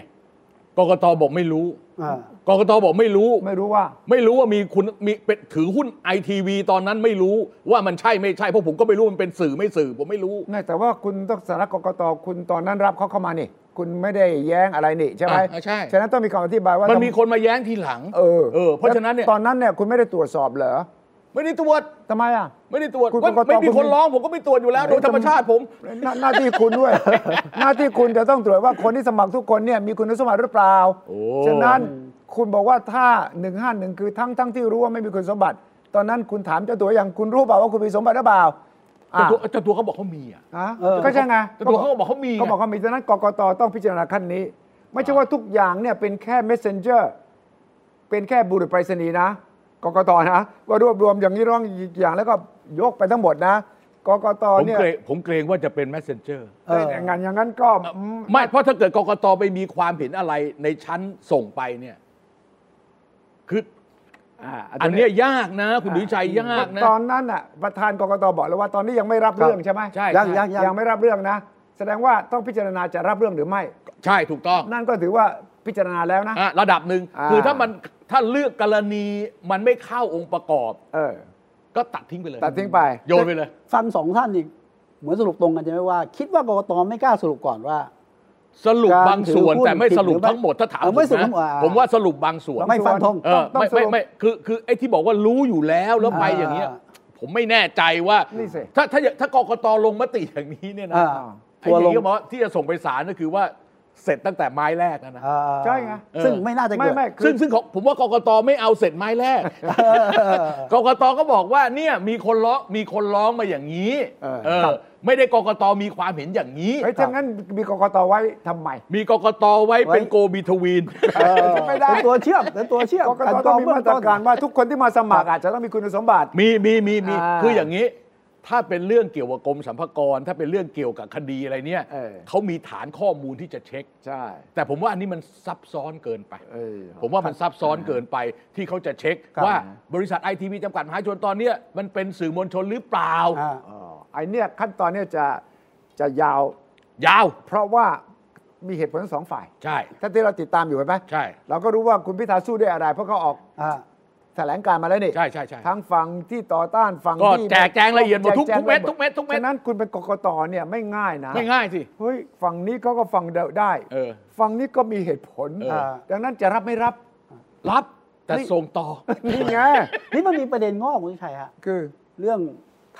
S2: กกตบอกไม่รู้
S1: อ่าก
S2: กตบอกไม่รู้
S3: ไม่รู้ว่า
S2: ไม่รู้ว่ามีคุณมีเป็นถือหุ้นไอทีวีตอนนั้นไม่รู้ว่ามันใช่ไม่ใช่เพราะผมก็ไม่รู้มันเป็นสื่อไม่สื่อผมไม่รู้
S3: ไม่แต่ว่าคุณต้องสารกกตคุณตอนนั้นรับเขาเข้ามานี่ คุณไม่ได้แย้งอะไรนี่ใช่ไหม
S2: อ่ะใช่
S3: ฉะนั้นต้องมีคำอธิบายว่า
S2: มัน
S3: ทำ
S2: มีคนมาแย้งทีหลัง
S3: เออ
S2: เออเพราะฉะนั้นเนี่ย
S3: ตอนนั้นเนี่ยคุณไม่ได้ตรวจสอบเหรอ
S2: ไม่ได้ตรวจ
S3: ทำไมอ่ะ
S2: ไม่ได้ตรวจ
S3: คุณ
S2: ก็
S3: กกต
S2: ไม่มี
S3: คุณ
S2: คนร้องผมก็ไม่ตรวจอยู่แล้ว โดยธรรมชาติผม
S3: หน้าหน้าที่คุณด้วย หน้าที่คุณจะต้องตรวจว่าคนที่สมัครทุกคนเนี่ยมีคุณสมบัติหรือเปล่า
S2: โอ้
S3: ฉะนั้นคุณบอกว่าถ้า1นึ่งห้าหนึ่งคือทั้งทั้งที่รู้ว่าไม่มีคุณสมบัติ ตอนนั้นคุณถามเจ้าตัวอย่างคุณรู้เปล่าว่าคุณมีสมบัติหรือเปล่า
S2: เจ้าตัวเจ้าตัวเขาบอกเขามีอ่ะ
S3: อ่ะ
S1: เออ
S3: ก็ใช่ไง
S2: เจ้าตัวเขาก็บอกเขามี
S3: เขาบอกว่ามีฉะนั้นกกตต้องพิจารณาขั้นนี้ ไม่ใช่ว่าทุกอย่างเนี่ยเป็นแค่ messenger เป็นแค่บุรุษไปรษณีย์นะกกตนะ ว่ารวบรวมอย่างนี้ร้องอีกอย่างแล้วก็ยกไปทั้งหมดนะกกต
S2: ผม
S3: เนี่ย
S2: เกรงผมเกรงว่าจะเป็น messenger
S1: เออ
S3: แต่งานอย่างนั้นก็อืม
S2: ไม่เพราะถ้าเกิดกกตไปมีความเห็นอะไรในชั้นส่งไปเนี่ยคือ
S3: อ่า
S2: อันเนี้ยยากนะ คุณดุชัยยากนะ
S3: ตอนนั้นอ่ะประธานกกตบอกแล้วว่าตอนนี้ยังไม่รับเรื่องใช่ไหม
S2: ใช่
S1: ยังยัง
S3: ยังไม่รับเรื่องนะ แสดงว่าต้องพิจารณาจะรับเรื่องหรือไม่
S2: ใช่ถูกต้อง
S3: นั่นก็ถือว่าพิจารณาแล้วนะ
S2: อ่ะระดับหนึ่ง
S3: อ่า
S2: คือถ้ามันถ้าเลือกกรณีมันไม่เข้าองค์ประกอบ
S3: เออ
S2: ก็ตัดทิ้งไปเลย
S3: ตัดทิ้งไป
S2: โยนไปเลย
S1: ฟังสองท่านอีก เหมือนสรุปตรงกันใช่ไหมว่า คิดว่ากกตไม่กล้าสรุปก่อนว่า
S2: สรุปบางส่วน
S1: การถือหุ้น
S2: แต่ไม่สรุป
S1: ผิดหรือไม่
S2: ทั้งหมดถ้าถาม
S1: เออไม่สรุป
S2: ผ
S1: ทั้งหมด
S2: นะ
S1: อ่า
S2: ผมว่าสรุปบางส่วน
S1: ไม่ฟันธง
S2: เออ
S3: ต้อง
S2: ไม่
S3: สรุ
S2: ไม่
S3: ป
S2: ไม่คือคือไอ้ที่บอกว่ารู้อยู่แล้วแล้วไป
S1: อ่า
S2: อย่างเงี้ย ผมไม่แน่ใจว่า
S3: นี่สิ
S2: ถ้าถ้าถ้ากกตลงมติอย่างนี้เนี่ยนะ
S1: อ่า
S2: ไอ้
S1: ทัวร์ล
S2: อย่าง
S1: ง
S2: นี้ก็หมายว่าที่จะส่งไปศาลก็คือว่าเสร็จตั้งแต่ไม้แรกนะนะ
S1: อ่า
S3: ใช่ไง
S2: เออ
S1: ซึ่งไม่น่าจะ
S3: ไม่
S1: เกิด
S3: ไม่คือ
S2: ซึ่งซึ่งของผมว่ากกตไม่เอาเสร็จไม้แรก
S1: เออ
S2: กกตก็บอกว่าเนี่ยมีคนร้องมีคนร้องมาอย่างนี้
S3: เออ
S2: เออไม่ได้กกตมีความเห็นอย่างนี้
S3: เฮ้ยถ้างั้นมีกกตไว้ทำไม
S2: มีกกตไว้
S1: ไว้
S2: เป็นโกบีทวีน
S1: เออ
S3: ไม่ได้
S1: เป็นตัวเชื่อมเป็นตัวเชื่อม
S3: กกตต้องมีมาตรการว่าทุกคนที่มาสมัครอาจจะต้องมีคุณสมบัติ
S2: มีมีมีมี
S3: อ่า
S2: คืออย่างนี้ ถ้าเป็นเรื่องเกี่ยวกับกรมสรรพากร ถ้าเป็นเรื่องเกี่ยวกับคดีอะไรเนี่ย
S3: เออ
S2: เขามีฐานข้อมูลที่จะเช็ค
S3: ใช่
S2: แต่ผมว่าอันนี้มันซับซ้อนเกินไป
S3: เออ
S2: ผมว่ามันซับซ้อนเกินไปที่เขาจะเช็ค
S3: ครับ
S2: ว่าบริษัทไอทีวีจำกัดมหาชนตอนเนี้ยมันเป็นสื่อมวลชนหรือเปล่า
S1: อ่า
S3: อ๋อไอเนี่ยขั้นตอนเนี่ยจะจะยาว
S2: ยาว
S3: เพราะว่ามีเหตุผลทั้งสองฝ่าย
S2: ใช่
S3: ถ้าที่เราติดตามอยู่เห็นไหม
S2: ใช่
S3: เราก็รู้ว่าคุณพิธาสู้ด้วยอะไร เพราะเขาออก
S1: อ่า
S3: แถลงการณ์มาแล้วนี่
S2: ใช่ใช่ใช่
S3: ทั้งฝั่งที่ต่อต้านฝั่ง
S2: ก็
S3: ที่
S2: แจกแจงละเอียดหมดทุก
S3: แจง
S2: ทุกเม็ด
S3: ละอีย
S2: ทุกเม็ดทุกเม็ด
S3: ฉะนั้นคุณเป็นกกตเนี่ยไม่ง่ายนะ
S2: ไม่ง่ายสิ
S3: เฮ้ยฝั่งนี้เขาก็ฟังได้
S2: เออ
S3: ฝั่งนี้ก็มีเหตุผล
S1: เออ
S3: ดังนั้นจะรับไม่รับ
S2: รับแต่
S3: นี่
S2: ส่งต่อ
S3: นี่ไง
S1: นี่มันมีประเด็นงอกคุณชัยฮะ
S3: คือ
S1: เรื่อง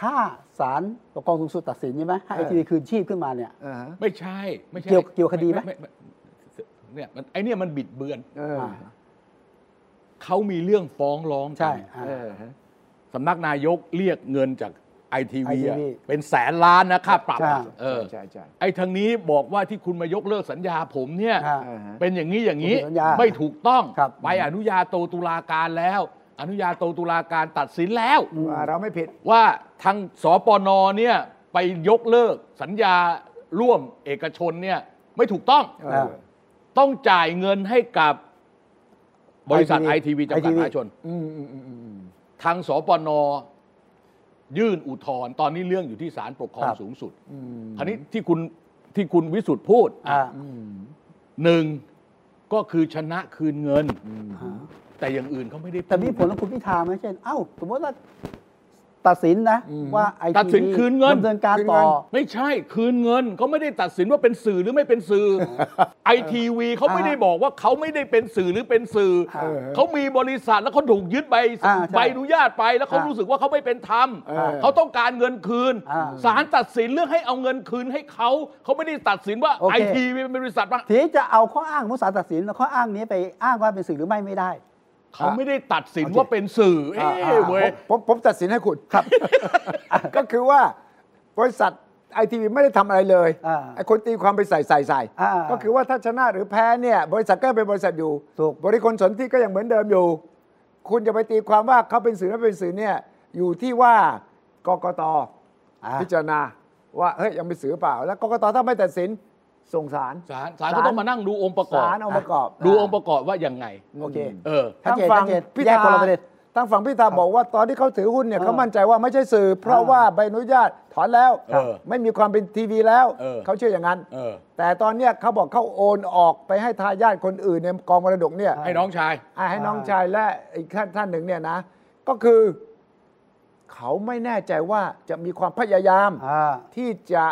S1: ถ้าส ศาลปกครองสูงสุดตัดสินใช่ไหมให้
S3: เอ
S1: ไอ
S3: อ
S1: ทีวีคืนชีพขึ้นมาเนี่ย
S3: อ่าฮะ
S2: ไม่ใช่ไม่ใช่
S1: เกี่ยวเกี่ยวคดีไหม
S2: ไม่เนี่ยมันไอเนี่ยมันบิดเบือน
S3: เออ
S2: เขามีเรื่องฟ้องร้องกัน
S1: ใช่อ่า
S3: เออฮะ
S2: สำนักนายกเรียกเงินจากไอทีวี
S1: ITV
S2: เป็นแสนล้านนะค่าปรับ
S1: ใช่
S2: อะเออ
S3: ใช่ใช่
S2: ไอทางนี้บอกว่าที่คุณมายกเลิกสัญญาผมเนี่ย
S1: อ่า
S3: อ่าฮะ
S2: เป็นอย่างนี้อย่างนี้
S1: ผมผิดสัญญา
S2: ไม่ถูกต้อง
S1: ครับ
S2: ไปอนุญาโตตุลาการแล้ว อนุญาโตตุลาการตัดสินแล้ว
S3: ว่าเราไม่ผิด
S2: ว่าทางสปนเนี่ยไปยกเลิกสัญญาร่วมเอกชนเนี่ยไม่ถูกต้อง
S3: เออ
S2: ต้องจ่ายเงินให้กับบริษัทไอ
S1: ITV
S2: ทีวีจำกัด
S1: ITV
S2: มหาชน
S3: อืมอืมอืมอืม
S2: ทางสปนยื่นอุทธรณ์ตอนนี้เรื่องอยู่ที่ศาลปกครอง
S1: ครับ
S2: สูงสุด
S3: อืม
S2: คราวนี้ที่คุณที่คุณวิสุทธ์พูด
S1: อ่า
S3: อืม
S2: หนึ่งก็คือชนะคืนเงิน
S3: อืม
S1: อ่า
S2: แต่อย่างอื่นเขาไม่ได้พูด
S1: แต่มีผลกับคุณพิธาไหมเช่น เอ้า สมมติว่าตัดสินนะ ว่าไอ
S2: ตัดสินคืนเงิน
S1: ดำเนินการต่อ
S2: ไม่ใช่คืนเงินเขาไม่ได้ตัดสินว่าเป็นสื่อหรือไม่เป็นสื่อไอทีวีเขาไม่ได้บอกว่าเขาไม่ได้เป็นสื่อหรือเป็นสื่อ
S1: เออ
S2: เขามีบริษัทแล้วเขาถูกยึดใบ
S1: อ่าใช่
S2: ใบอนุญาตไปแล้วเขา
S1: อ่ารู้
S2: รู้สึกว่าเขาไม่เป็นธรรม
S1: เออ
S2: เขาต้องการเงินคืน
S1: อ่า
S2: ศาลตัดสินเรื่องให้เอาเงินคืนให้เขาเขาไม่ได้ตัดสินว่า
S1: โอ
S2: ไอ
S1: เค
S2: ทีวีเป็นบริษัทว่า
S1: ทีนี้จะเอาข้ออ้างมุสารตัดสินแล้วข้ออ้างนี้ไปอ้างว่าเป็นสื่อหรือไม่ไม่ได้
S2: เขาไม่ได้ตัดสินว่าเป็นสื่อเอ้
S1: อ่าอ่า
S2: เว้ย
S3: ผมผมตัดสินให้คุณครับ ก็คือว่าบริษัทไอทีวีไม่ได้ทำอะไรเลย
S1: อ่า
S3: ไอคนตีความไปใส่ใส่ใส่
S1: อ่า
S3: ก็คือว่าถ้าชนะหรือแพ้เนี่ย บริษัทก็เป็นบริษัทอยู่
S1: ถูก
S3: บริคนสนที่ก็ยังเหมือนเดิมอยู่ คุณจะไปตีความว่าเขาเป็นสื่อไม่เป็นสื่อเนี่ยอยู่ที่ว่ากกต
S1: อ่า
S3: พิจารณาว่าเฮ้ยยังเป็นสื่อเปล่า แล้วกกตถ้าไม่ตัดสินส่งศาล
S2: ศาลศาลก็ต้องมานั่งดูองค์ประกอบ
S3: ศาลองค์ประกอบ
S2: ดูองค์ประกอบว่ายังไง
S1: โอเค
S2: เออ
S1: ชัด
S3: ทาง
S1: เจน
S3: ฝั่ง
S1: ชัดเจน
S3: พิ
S1: แยก
S3: ธา
S1: คนละประเด็น
S3: ทางฝั่งพิธาบอกว่าตอนที่เขาถือหุ้นเนี่ย
S1: เออ
S3: เขามั่นใจว่าไม่ใช่สื่อ เพราะ
S1: เออ
S3: ว่าใบอนุญาตถอนแล้ว
S2: เออ
S3: ไม่มีความเป็นทีวีแล้ว
S2: เออ
S3: เขาเชื่ออย่างนั้น
S2: เออ
S3: แต่ตอนเนี้ยเขาบอกเขาโอนออกไปให้ทายาทคนอื่นในกองมรดกเนี่ย
S2: ให้น้องชาย
S3: อ่ะให้น้องชายและอีกท่านท่านหนึ่งเนี่ยนะ ก็คือ เขาไม่แน่ใจว่าจะมีความพยายาม
S1: อ่า
S3: ที่จะ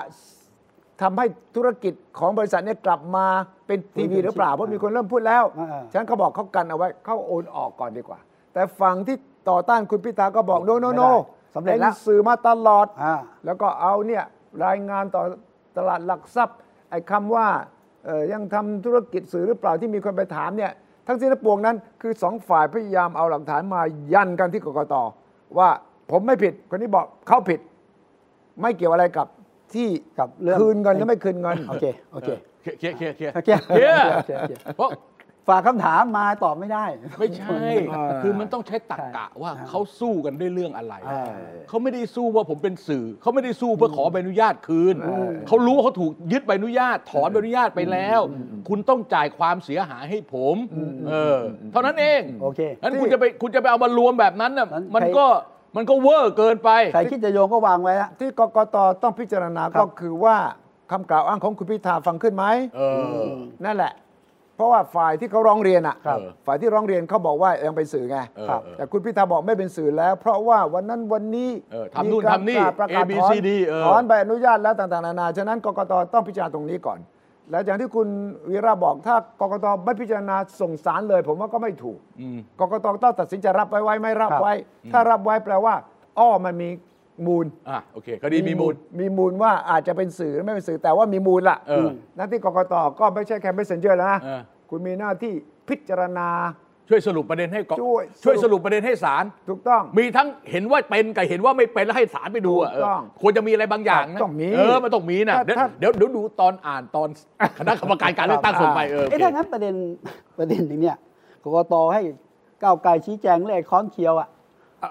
S3: ทำให้ธุรกิจของบริษัทเนี่ยกลับมาเป็นทีวีหรือเปล่า เพราะมีคนเริ่มพูดแล้ว
S1: อ่า
S3: ฉะนันเขาบอกเขากันเอาไว้เขาโอนออกก่อนดีกว่า แต่ฝั่งที่ต่อต้านคุณพิธาก็บอกโนโนโน
S1: ไม่ได้สำเร็จแล้ว
S3: สื่อมาตลอด
S1: อ่า
S3: แล้วก็เอาเนี่ยรายงานต่อตลาดหลักทรัพย์ ไอ้คำว่าเอ่อยังทำธุรกิจสื่อหรือเปล่าที่มีคนไปถามเนี่ยทั้งสิ้นทั้งปวงนั้นคือสองฝ่ายพยายามเอาหลักฐานมายันกันที่กกตว่าผมไม่ผิดคนนี้บอกเขาผิด ไม่เกี่ยวอะไรกับที่
S1: กับเรื่อง
S3: คืนเงินหรือไม่คืนเงิน
S1: โอเค โอเค
S2: เคลียร์เคลียร์เคลียร์เคลียร์
S1: โอเค
S2: เคลียร์
S1: โอเคโอเค
S2: เพราะ
S1: ฝากคำถามมาตอบไม่ได้
S2: ไม่ใช่
S3: เออ
S2: คือมันต้องใช้ตรรกะว่าเขาสู้กันด้วยเรื่องอะไร
S1: เออ
S2: เขาไม่ได้สู้ว่าผมเป็นสื่อ เขาไม่ได้สู้เพื่อขอใบอนุญาตคืน เขารู้ว่าเขาถูกยึดใบอนุญาตถอนใบอนุญาตไปแล้ว คุณต้องจ่ายความเสียหายให้ผม เออ เท่านั้นเอง
S1: โอเค
S2: นั้นคุณจะไปคุณจะไปเอามารวมแบบนั้นน่ะ
S1: นั้น
S2: มัน
S1: ใคร
S2: ก็มันก็เวอร์เกินไป
S1: ใครคิดจะโยงก็วางไว้ละ
S3: ที่กกตต้องพิจารณา
S1: ครั
S3: ก็
S1: บ
S3: คือว่าคำกล่าวอ้างของคุณพิธาฟังขึ้นไหม
S2: เออ
S3: นั่นแหละ เพราะว่าฝ่ายที่เขาร้องเรียนอ่ะ
S2: ครับ
S3: ฝ่ายที่ร้องเรียนเขาบอกว่ายังเป็นสื่อไง
S2: เออ
S3: ครับแต่คุณพิธาบอกไม่เป็นสื่อแล้ว เพราะว่าวันนั้นวันนี้
S2: เออทำนู่น
S3: มีการ
S2: ทำนี่
S3: ประกาศ
S2: A B
S3: ถอน
S2: C D เออ
S3: ถอนใบอนุญาตแล้วต่างๆนานา ฉะนั้นกกตต้องพิจารณาตรงนี้ก่อน และอย่างที่คุณวีระบอกถ้ากกตไม่พิจารณาส่งสารเลย ผมว่าก็ไม่ถูก
S2: อืม
S3: กกตต้องตัดสินใจะรับไว้ไว้ไม่รับ
S1: ครับ
S3: ไว้ ถ้ารับไว้แปลว่าอ้อมันมีมูล
S2: อ่ะโอเคคดีมีมูล
S3: มีมูลว่าอาจจะเป็นสื่อหรือไม่เป็นสื่อแต่ว่ามีมูลละ
S2: เออ
S3: หน้าที่กกตก็ไม่ใช่แค่ messenger แล้วนะ
S2: เออ
S3: คุณมีหน้าที่พิจารณา
S2: ช่วยสรุปประเด็นให้ก่อน
S3: ช่วย
S2: ช่วยสรุปประเด็นให้ศาล
S3: ถูกต้อง
S2: มีทั้งเห็นว่าเป็นกับเห็นว่าไม่เป็นแล้วให้สารไปดูะ
S3: ถูกต้อง
S2: เควรจะมีอะไรบางอย่างนะ
S3: ต้องมี
S2: เออมันต้องมีนะ
S3: ถ้า
S2: เดี๋ยว
S3: ถ้า
S2: เดี๋ยวเดี๋ยวดูตอนอ่านตอนคณะกรรมการการเลือกตั้งส่งไปเออโอ
S1: เอ๊ะ
S2: เค
S1: ถ้างั้นประเด็น ประเด็นหนึ่งเนี่ยกกตให้ก้าวไกลชี้แจงเรื่องไอ้ค้อนเคียว อ่ะอ่ะ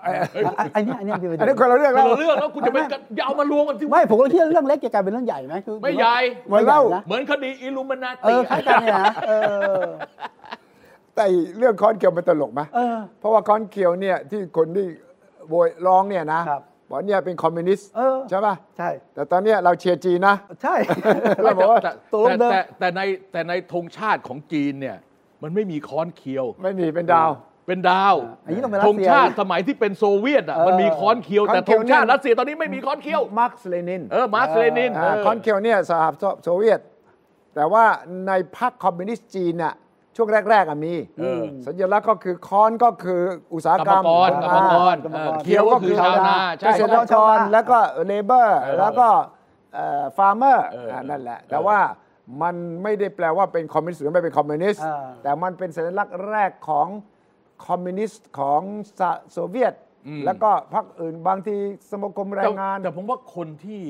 S1: อ่ะอันเนี้ยอันเนี้ยมีประ
S3: อัน
S1: เด็
S3: นี้
S1: น
S3: คนละเรื่อง
S2: เรา
S3: แล้ว
S2: เลือกแล้วคุณจะไปอย่าเอามารวมกันที่
S1: ไม่ผมก็คิดว่าเรื่องเล็กจะกลายเป็นเรื่องใหญ่ไหมคือ
S2: ไม่ใหญ่
S1: ไใหญ่นะ
S2: เหมือนคดีอิลูมินา
S1: เอ
S2: ติ
S1: อคล้ายกันเนี่ยนะเออ
S3: แต่เรื่องค้อนเขียวมันตลกไหม
S1: เออ
S3: เพราะว่าค้อนเขียวเนี่ยที่คนที่โวยร้องเนี่ยนะครับ บอกเนี่ยเป็นคอมมิวนิสต์
S1: เออ
S3: ใช่ป่ะ
S1: ใช่
S3: แต่ตอนเนี้ยเราเชียร์จีนนะ
S1: ใช่
S3: เราบอกว่า
S2: แต่
S1: ตกลงเดิม
S2: แต่แต่ในแต่ในธงชาติของจีนเนี่ย มันไม่มีค้อนเคียว
S3: ไม่มีเป็นดาว
S2: เป็นดาว
S1: อันนี้ต้องเป็นรั
S2: ธ
S1: ส
S2: ง
S1: เซีย
S2: ชาติสมัยที่เป็นโซเวียตอ่ะมันมีค้อนเคียว
S3: ค้อน
S2: แต่
S3: เคี
S2: ธ
S3: ยว
S2: งชาติ
S3: เนี่ย
S2: รัสเซียตอนนี้ไม่มีค้อนเคียว
S3: มาร์กเลนิน
S2: เออมาร์คเลนิน
S3: อ่า
S2: เออ
S3: คอนเคียวเนี่ยสหภาพโซเวียต แต่ว่าในพรรคคอมมิวนิสต์จีนน่ะ ช่วงแรกๆอะมี
S2: เออ
S3: สัญลักษณ์ก็คือค้อนก็คืออุตสาห
S2: กร
S3: กร
S2: ร
S3: ร
S2: มกรก
S3: ม
S2: รรมกร
S1: กรรมกร
S2: เออเขียวก็คือชาวนา
S3: เก
S2: ใช่
S3: ษตรกรแล้วก็เลเบอร์แล้วก็ฟาร์เมอร์
S2: เอออ่
S3: นั่นแหละ
S2: เออ
S3: แต่ว่ามันไม่ได้แปลว่าเป็นคอมมิวนิสต์หรือไม่เป็นคอมมิวนิสต์
S1: อ่า
S3: แต่มันเป็นสัญลักษณ์แรกของคอมมิวนิสต์ของสะโซเวียต แล้วก็พรรคอื่นบางทีสมาคมแรงงาน
S2: แต่แต่ผมว่าคนที่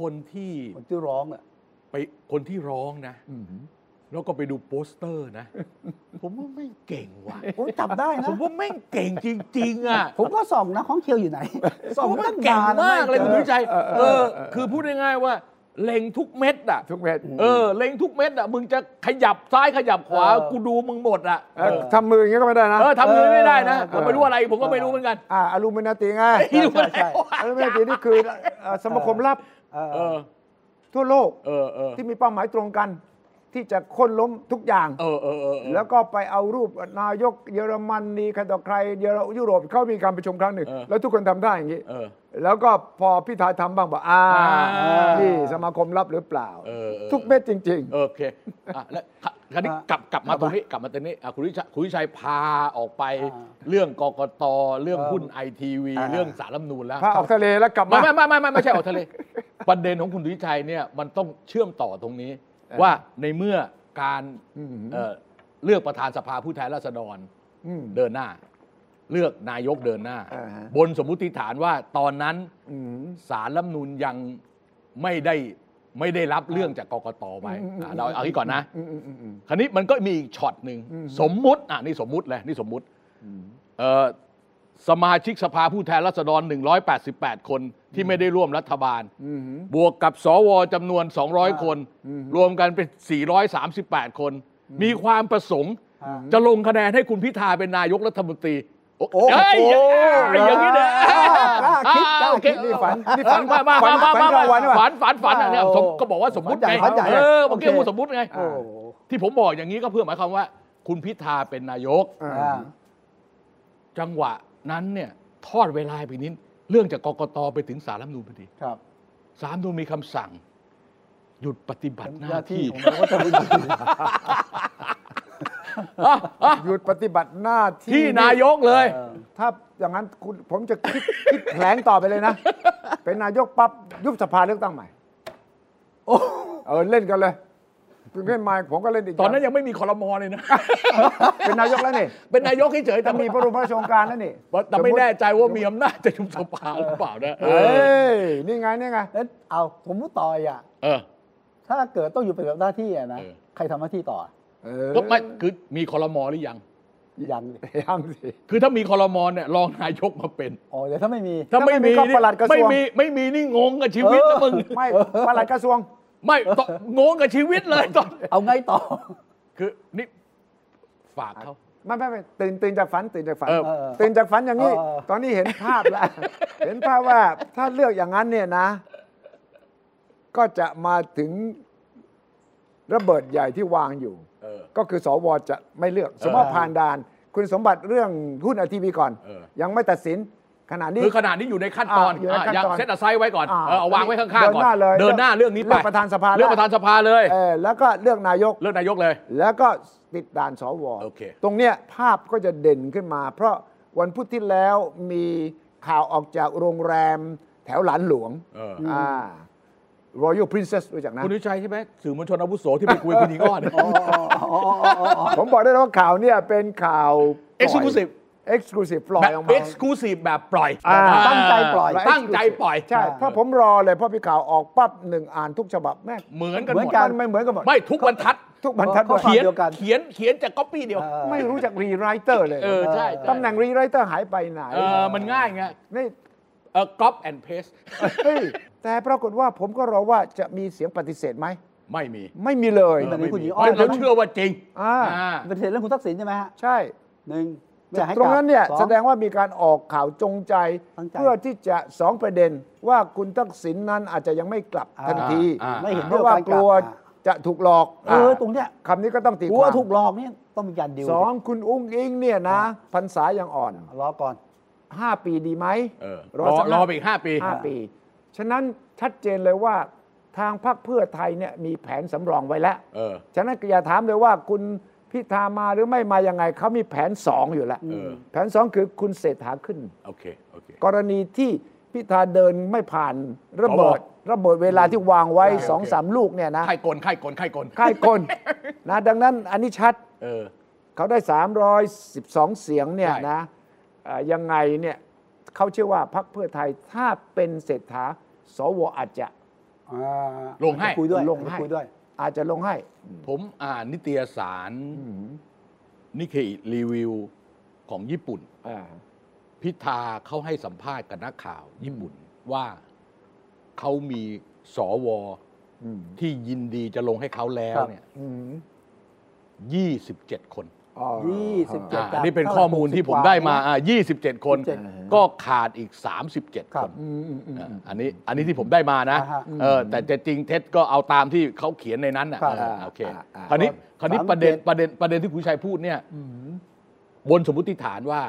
S2: คนที่
S1: คนที่ร้องอ่ะ
S2: ไปคนที่ร้องนะแล้วก็ไปดูโปสเตอร์นะ ผมว่าไม่เก่งว่ะ
S1: ผมจับได้นะ
S2: ผมว่าไม่เก่งจริง ๆ อ่ะ
S1: ผมก็ส่องนะของเคียวอยู่ไหน
S2: ส
S1: ส่อ
S2: อง งมั
S1: ตั้
S2: น
S1: ง
S2: เก่ง
S1: นาน
S2: มากเลย
S1: ไจ
S2: คุ
S1: อ
S2: ณวิจัย
S3: เออ
S2: เอ
S3: เออเอ
S2: อ
S3: อ
S2: คือพูดง่ายๆว่าเล็งทุกเม็ดอ่ะ
S3: ทุกเพศ
S2: เออ เล็งทุกเม็ดอ่ะ มึงจะขยับซ้ายขยับขวา กูดูมึงหมดอ่ะ
S3: เออทำมืออย่างเงี้ยก็ไม่ได้นะ
S2: เออทำเลยไม่ได้นะผมไม่รู้อะไร ผมก็ไม่รู้เหมือนกัน
S3: อ่าอลูมินาติไง
S2: ที่รู้อะไร
S1: ใช่
S2: วะ
S3: อลูมินาตินี่คือเอ่อสมาคมลับ
S1: เออ
S2: เออ
S3: ทั่วโลก
S2: เออ เออ
S3: ที่มีเป้าหมายตรงกัน ที่จะโค้นล้มทุกอย่าง
S2: เออ เออ เออ
S3: แล้วก็ไปเอารูปนายกเยอรมันนีใครต่อใครเยอรยุโรปเขามีการประชุมครั้งหนึ่ง
S2: เออ
S3: แล้วทุกคนทำได้อย่างนี้
S2: เออ
S3: แล้วก็พอพิธาทำบ้างบอกอ่า
S2: อ่านี่
S3: นี่สมาคมรับหรือเปล่า
S2: เออออ
S3: ทุกเม็ดจริง
S2: โอเคอ่ะแล้วคคราวนี้กลับกลับมาตรงนี้กลับมาตรงนี้อ่ะคุณวิชัยคุณวิชัยพาออกไป
S1: อ่า
S2: เรื่องกกตเรื่องหุ้นไอทีวี
S1: อ่า
S2: เรื่องสารรัฐธรรมนูญแล้ว
S3: ๆ พาออกทะเลแล้วกลับ
S2: ไม่
S3: มา
S2: ไม่ไม่ไม่ไม่ไม่ใช่ออกทะเล ประเด็นของคุณวิชัยเนี่ยมันต้องเชื่อมต่อตรงนี้ ว่าในเมื่อการ
S3: อืม
S2: เอ่อเลือกประธานสภาผู้แทนราษฎร
S3: อืม
S2: เดินหน้า เลือกนายกเดินหน้า
S3: อ่าฮะ
S2: บนสมมุติฐานว่าตอนนั้น
S3: อืม
S2: สารรัฐธรรมนูญยังไม่ได้ไม่ได้รับเรื่องจากกกตไป
S3: อืมอืม
S2: อ่ะเราเอาที่ก่อนนะ
S3: อืมอืมอืมอืม
S2: คราวนี้มันก็มีอีกช็อตหนึ่ง
S3: อืม
S2: สมมุติอ่ะนี่สมมุติเลยนี่สมมุติเอ่อสมาชิกสภาผู้แทนราษฎร 188 คนที่ไม่ได้ร่วมรัฐบาล
S3: อืม
S2: บวกกับสวจำนวน 200 คน
S3: อืม
S2: รวมกันเป็น 438 คน มีความประสงค์
S1: อ่า
S2: จะลงคะแนนให้คุณพิธาเป็นนายกรัฐมนตรี โอ้โห
S3: โอ้โห
S2: อย่างนี้เลย
S3: กล้าคิดก
S2: อ่า
S3: ล้าคิด
S2: โอเค
S3: นี่ฝันนี่ฝัน
S2: มามา
S3: ฝัน
S2: มา
S3: ฝันกลางวันหรือเป
S2: ฝั
S3: ล่า
S2: นฝันฝันอ่ะเนี่ยสมก็บอกว่าสมมติไง
S1: ฝันใหญ่ฝันใหญ่
S2: เออเมื่อกี้พูดสมมติไง
S1: โอ้โห
S2: ที่ผมบอกอย่างนี้ก็เพื่อหมายความว่า คุณพิธาเป็นนายก
S3: อ่า
S1: อ่า
S2: จังหวะนั้นเนี่ยทอดเวลาไปนิดเรื่องจากกกตไปถึงสารรัฐธรรมนูญพอดี
S1: ครับ
S2: สารรัฐธรรมนูญมีคำสั่ง หยุดปฏิบัติห
S1: หน้า
S2: น้า
S1: ที่
S2: ที่
S1: ของเราก็จะเป็นอย่างนี้
S2: อ่ะอ่ะ
S3: หยุดปฏิบัติหน้าที่
S2: ที่นายกเลย
S1: เออ
S3: ถ้าอย่างนั้นคุณผมจะคิดคิดแผลงต่อไปเลยนะ เป็นนายกปั๊บยุบสภาเลือกตั้งใหม่ โอ้เออเล่นกันเลยเล่นมาผมก็เล่นอีก
S2: ตอนนั้นยังไม่มีคอรมอเลยนะ
S3: เป็นนายกแล้วนี่
S2: เป็นนายกเฉยๆแต่
S3: จะมี
S2: มี
S3: พระบรมราชโองการแล้วนี่
S2: แต่ไม่แน่ใจว่ามีอำนาจจะยุบสภาหรือเปล่านะเอ
S3: เอ้
S2: อย
S3: นี่ไงนี่ไง
S1: แล้วเอาผมพูดต่ออีกอ่ะ
S2: เออ
S1: ถ้าเกิดต้องอยู่ปฏิบัติหน้าที่อ่ะนะ
S2: เออ
S1: ใครทำหน้าที่ต่อ
S3: เออ
S2: ก็ไม่คือมีคอรมอหรือยัง
S1: ยังดิ
S3: ยังสิ
S2: คือถ้ามีคอรมอเนี่ยรองนายกมาเป็น
S1: อ๋อเดี๋ยวถ้าไม่มี
S2: ถ้าไม่มีนี่
S3: ก็ประหลัดกระทร
S2: ไม่
S3: วง
S2: มีไม่มีนี่งงกับชีวิตนะมึง
S3: ไม่ประหลัดกระทรวง
S2: ไม่ต้องงงกับชีวิตเลยตอน
S1: เอาไงต่อ
S2: คือนี่ฝากเขา
S3: ไม่ไม่ไม่ตื่นตื่นจากฝันตื่นจากฝัน
S2: เออ
S3: ตื่นจากฝันอย่างนี้
S1: เออเออ
S3: ตอนนี้เห็นภาพแล้ว เห็นภาพว่าถ้าเลือกอย่างนั้นเนี่ยนะ ก็จะมาถึงระเบิดใหญ่ที่วางอยู่
S2: เออ
S3: ก็คือสวจะไม่เลือก สมมติว่าผ่านด่าน คุณสมบัติเรื่องหุ้นไอทีวีก่อน
S2: เออ
S3: ยังไม่ตัดสินขณะนี้
S2: คือขนาดนี้อยู่ในขั้นตอน
S3: อ่ะอยู่ในขั้
S2: อ่ะ
S3: นตอน
S2: ยังเซตอไซด์ไว้ก่อน
S3: อ่ะ
S2: เออเอาวางไว้ข้างๆก่อน
S3: เดินหน้าเลย
S2: นหน้าเรื่องนี้ไป
S3: เลือกประธานสภา
S2: เรื่องประธานสภาเลย
S3: เออแล้วก็เลือกนายก
S2: เรื่องนายกเลย
S3: แล้วก็ติดด่านสว
S2: โอเค
S3: ตรงเนี้ยภาพก็จะเด่นขึ้นมา เพราะวันพุธที่แล้วมีข่าวออกจากโรงแรมแถวหลานหลวง
S2: เออ
S3: อ่า Royal Princess รู้จักนะ
S2: คุณวิชัยใช่ไหมสื่อมวลชนอาวุโสที่ไปคุยกับคุณหญิงอ้อน
S3: ผมบอกได้เลยว่าข่าวเนี่ยเป็นข่าว
S2: Exclusive
S3: Exclusive ปล่อ
S2: แบ
S3: ย
S2: บ
S3: ออกมา
S2: เอ็กซ์คลูซีฟแบบปล่อย
S3: อ่า
S1: ตั้งใจปล่อย
S2: ตั้งใจปล่อย
S3: ใช่ เพราะผมรอเลยเพราะพี่ข่าวออกปั๊บหนึ่งอ่านทุกฉบับแม่ง
S2: เหมือนกัน
S1: เห
S2: ห
S1: มื
S2: ม
S1: อน
S2: ด
S1: กัน
S3: ไม่เหมือนกันหมด
S2: ไม่ทุกบรรทัด
S3: ทุกบรรทัดด้วย
S1: ข้อความ
S2: เขียน
S1: เดียวกัน
S2: เขียนเขียนจากก๊อปปี้เดียว
S1: เออ
S3: ไม่รู้จักรีไรเตอร์เลย
S2: เออใช่ใช่
S3: ตำแหน่งรีไรเตอร์หายไปไหน
S2: เออมันง่ายไง
S3: นี่
S2: เออก๊อปแอนด์เพส
S3: เฮ้ยแต่ปรากฏว่าผมก็รอว่าจะมีเสียงปฏิเสธไหม
S2: ไม่มี
S3: ไม่มีเลย
S1: ไม่ ตอนนี้คุณหญิงอ้อ
S2: ไม่
S1: น
S2: มีเราเชื่อว่าจริง
S3: อ่า
S2: อ่า
S1: ประเด็นเรื่องคุณทักษิณใช่ไหมฮะ
S3: ใช่
S1: หนึ่งไม่อยากให้ก
S3: ตร
S1: ลับ
S3: งนั้นเนี่ย
S1: อ
S3: แสดงว่ามีการออกข่าวจงใจ
S1: ตั้งใจ
S3: เพื่อที่จะสองประเด็นว่าคุณทักษิณนั้นอาจจะยังไม่กลับทันที
S2: อ่า
S1: ไม่เห็น
S3: เพ
S1: ด้วยก
S3: ราะ
S1: บา
S3: ว่า
S1: ร
S3: ก
S1: ลับ
S3: ลัว
S1: อ่ะ
S3: จะถูกหลอก
S1: เออตรงเนี้ย
S3: คำนี้ก็ต้องตี
S1: กลั
S3: คว วาม
S1: ถูกหลอกเนี่ยต้องมีการดิว
S3: สองคุณอุ้งอิงเนี่ยนะพรรษายังอ่อน
S1: รอก่อน
S3: ห้าปีดีไหม
S2: เออร
S3: รอ
S2: อ
S3: สัก
S2: ร
S3: ร
S2: อ
S3: อ
S2: ไปอีกห้าปี
S3: ห้าปี ฉะนั้นชัดเจนเลยว่าทางพรรคเพื่อไทยเนี่ยมีแผนสำรองไว้แล้ว
S2: เออ
S3: ฉะนั้นอย่าถามเลยว่าคุณ พิธามาหรือไม่มายังไงเขามีแผนสองอยู่แล้ว
S2: เออ
S3: แผนสองคือคุณเศรษฐาขึ้น
S2: โอเคโอเค
S3: กรณีที่พิธาเดินไม่ผ่านระเบิด ระเบิดเวลาที่วางไว้
S2: โอเค
S3: สองสามลูกเนี่ยนะ
S2: ไข่กลไข่กลไข่กล
S3: ค่ายกลนะดังนั้นอันนี้ชัด
S2: เออ
S3: เขาได้ 312 เสียงเนี่ย
S2: ใช่
S3: นะเอ่อยังไงเนี่ยเขาเชื่อว่าพรรคเพื่อไทยถ้าเป็นเศรษฐา สวอาจจะ
S1: อ่า
S2: ลงให้
S1: คุยด้วย
S3: ลงให้
S1: คุยด้วย
S3: อาจจะลงให้
S2: ผมอ่านนิตยสารนิเคอิรีวิวของญี่ปุ่น พิธาเขาให้สัมภาษณ์กับนักข่าวญี่ปุ่นว่าเขามีสว
S3: อืม
S2: ที่ยินดีจะลงให้เขาแล้ว
S1: ครับ
S2: เนี่ยยี่สิบเจ็ดคน
S1: ยี่สิบเจ็ด
S2: อ่าอันนี่เป็นข้อมูลที่ผมได้มายี่สิบเจ็ดคน ก็ขาดอีกสามสิบเจ็ด
S1: ครั
S2: ค
S1: บ
S2: นอ่าอันนี้อันนี้ที่ผมได้มานะ
S1: อ่าฮะ
S2: เออแต่จะจริงเท็จก็เอาตามที่เขาเขียนในนั้นน่ะ
S1: ครับ
S2: อ่าโอเค
S3: อ่าอ่า
S2: คราวนี้คราวนี้ประเด็น
S1: 37
S2: ประเด็นประเด็นที่คุณชัยพูดเนี่ยบนสมมติฐานว่า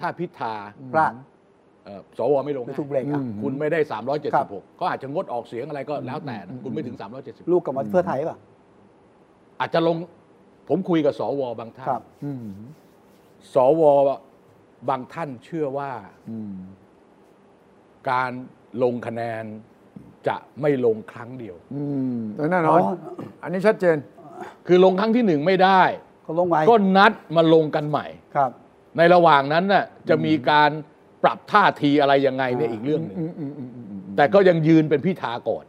S2: ถ้าพิธา
S1: พลาด
S2: เอ่อสวไม่ลง
S1: ไม่
S2: ให้
S1: ถูกเบรกอ่ะ
S2: คุณไม่ได้
S1: ครับ
S2: 376 ก็อาจจะงดออกเสียงอะไรก็แล้วแต่นะคุณไม่ถึง 376
S1: ลูกกลับมาเพื่อไทยป่ะ
S2: อาจจะลง ผมคุยกับสวบางท่าน
S1: ครับ
S2: สวบางท่านเชื่อว่าการลงคะแนนจะไม่ลงครั้งเดียว
S3: อืมแน่นอน
S1: อ๋อ
S3: อันนี้ชัดเจน
S2: คือลงครั้งที่หนึ่งไม่ได้
S1: ก็ลงไว้
S2: ก็นัดมาลงกันใหม่
S1: ครับ
S2: ในระหว่างนั้นน่ะจะมีการปรับท่าทีอะไรยังไงเนี่ยอีกเรื่องหนึ่งแต่ก็ยังยืนเป็นพิธาก่อน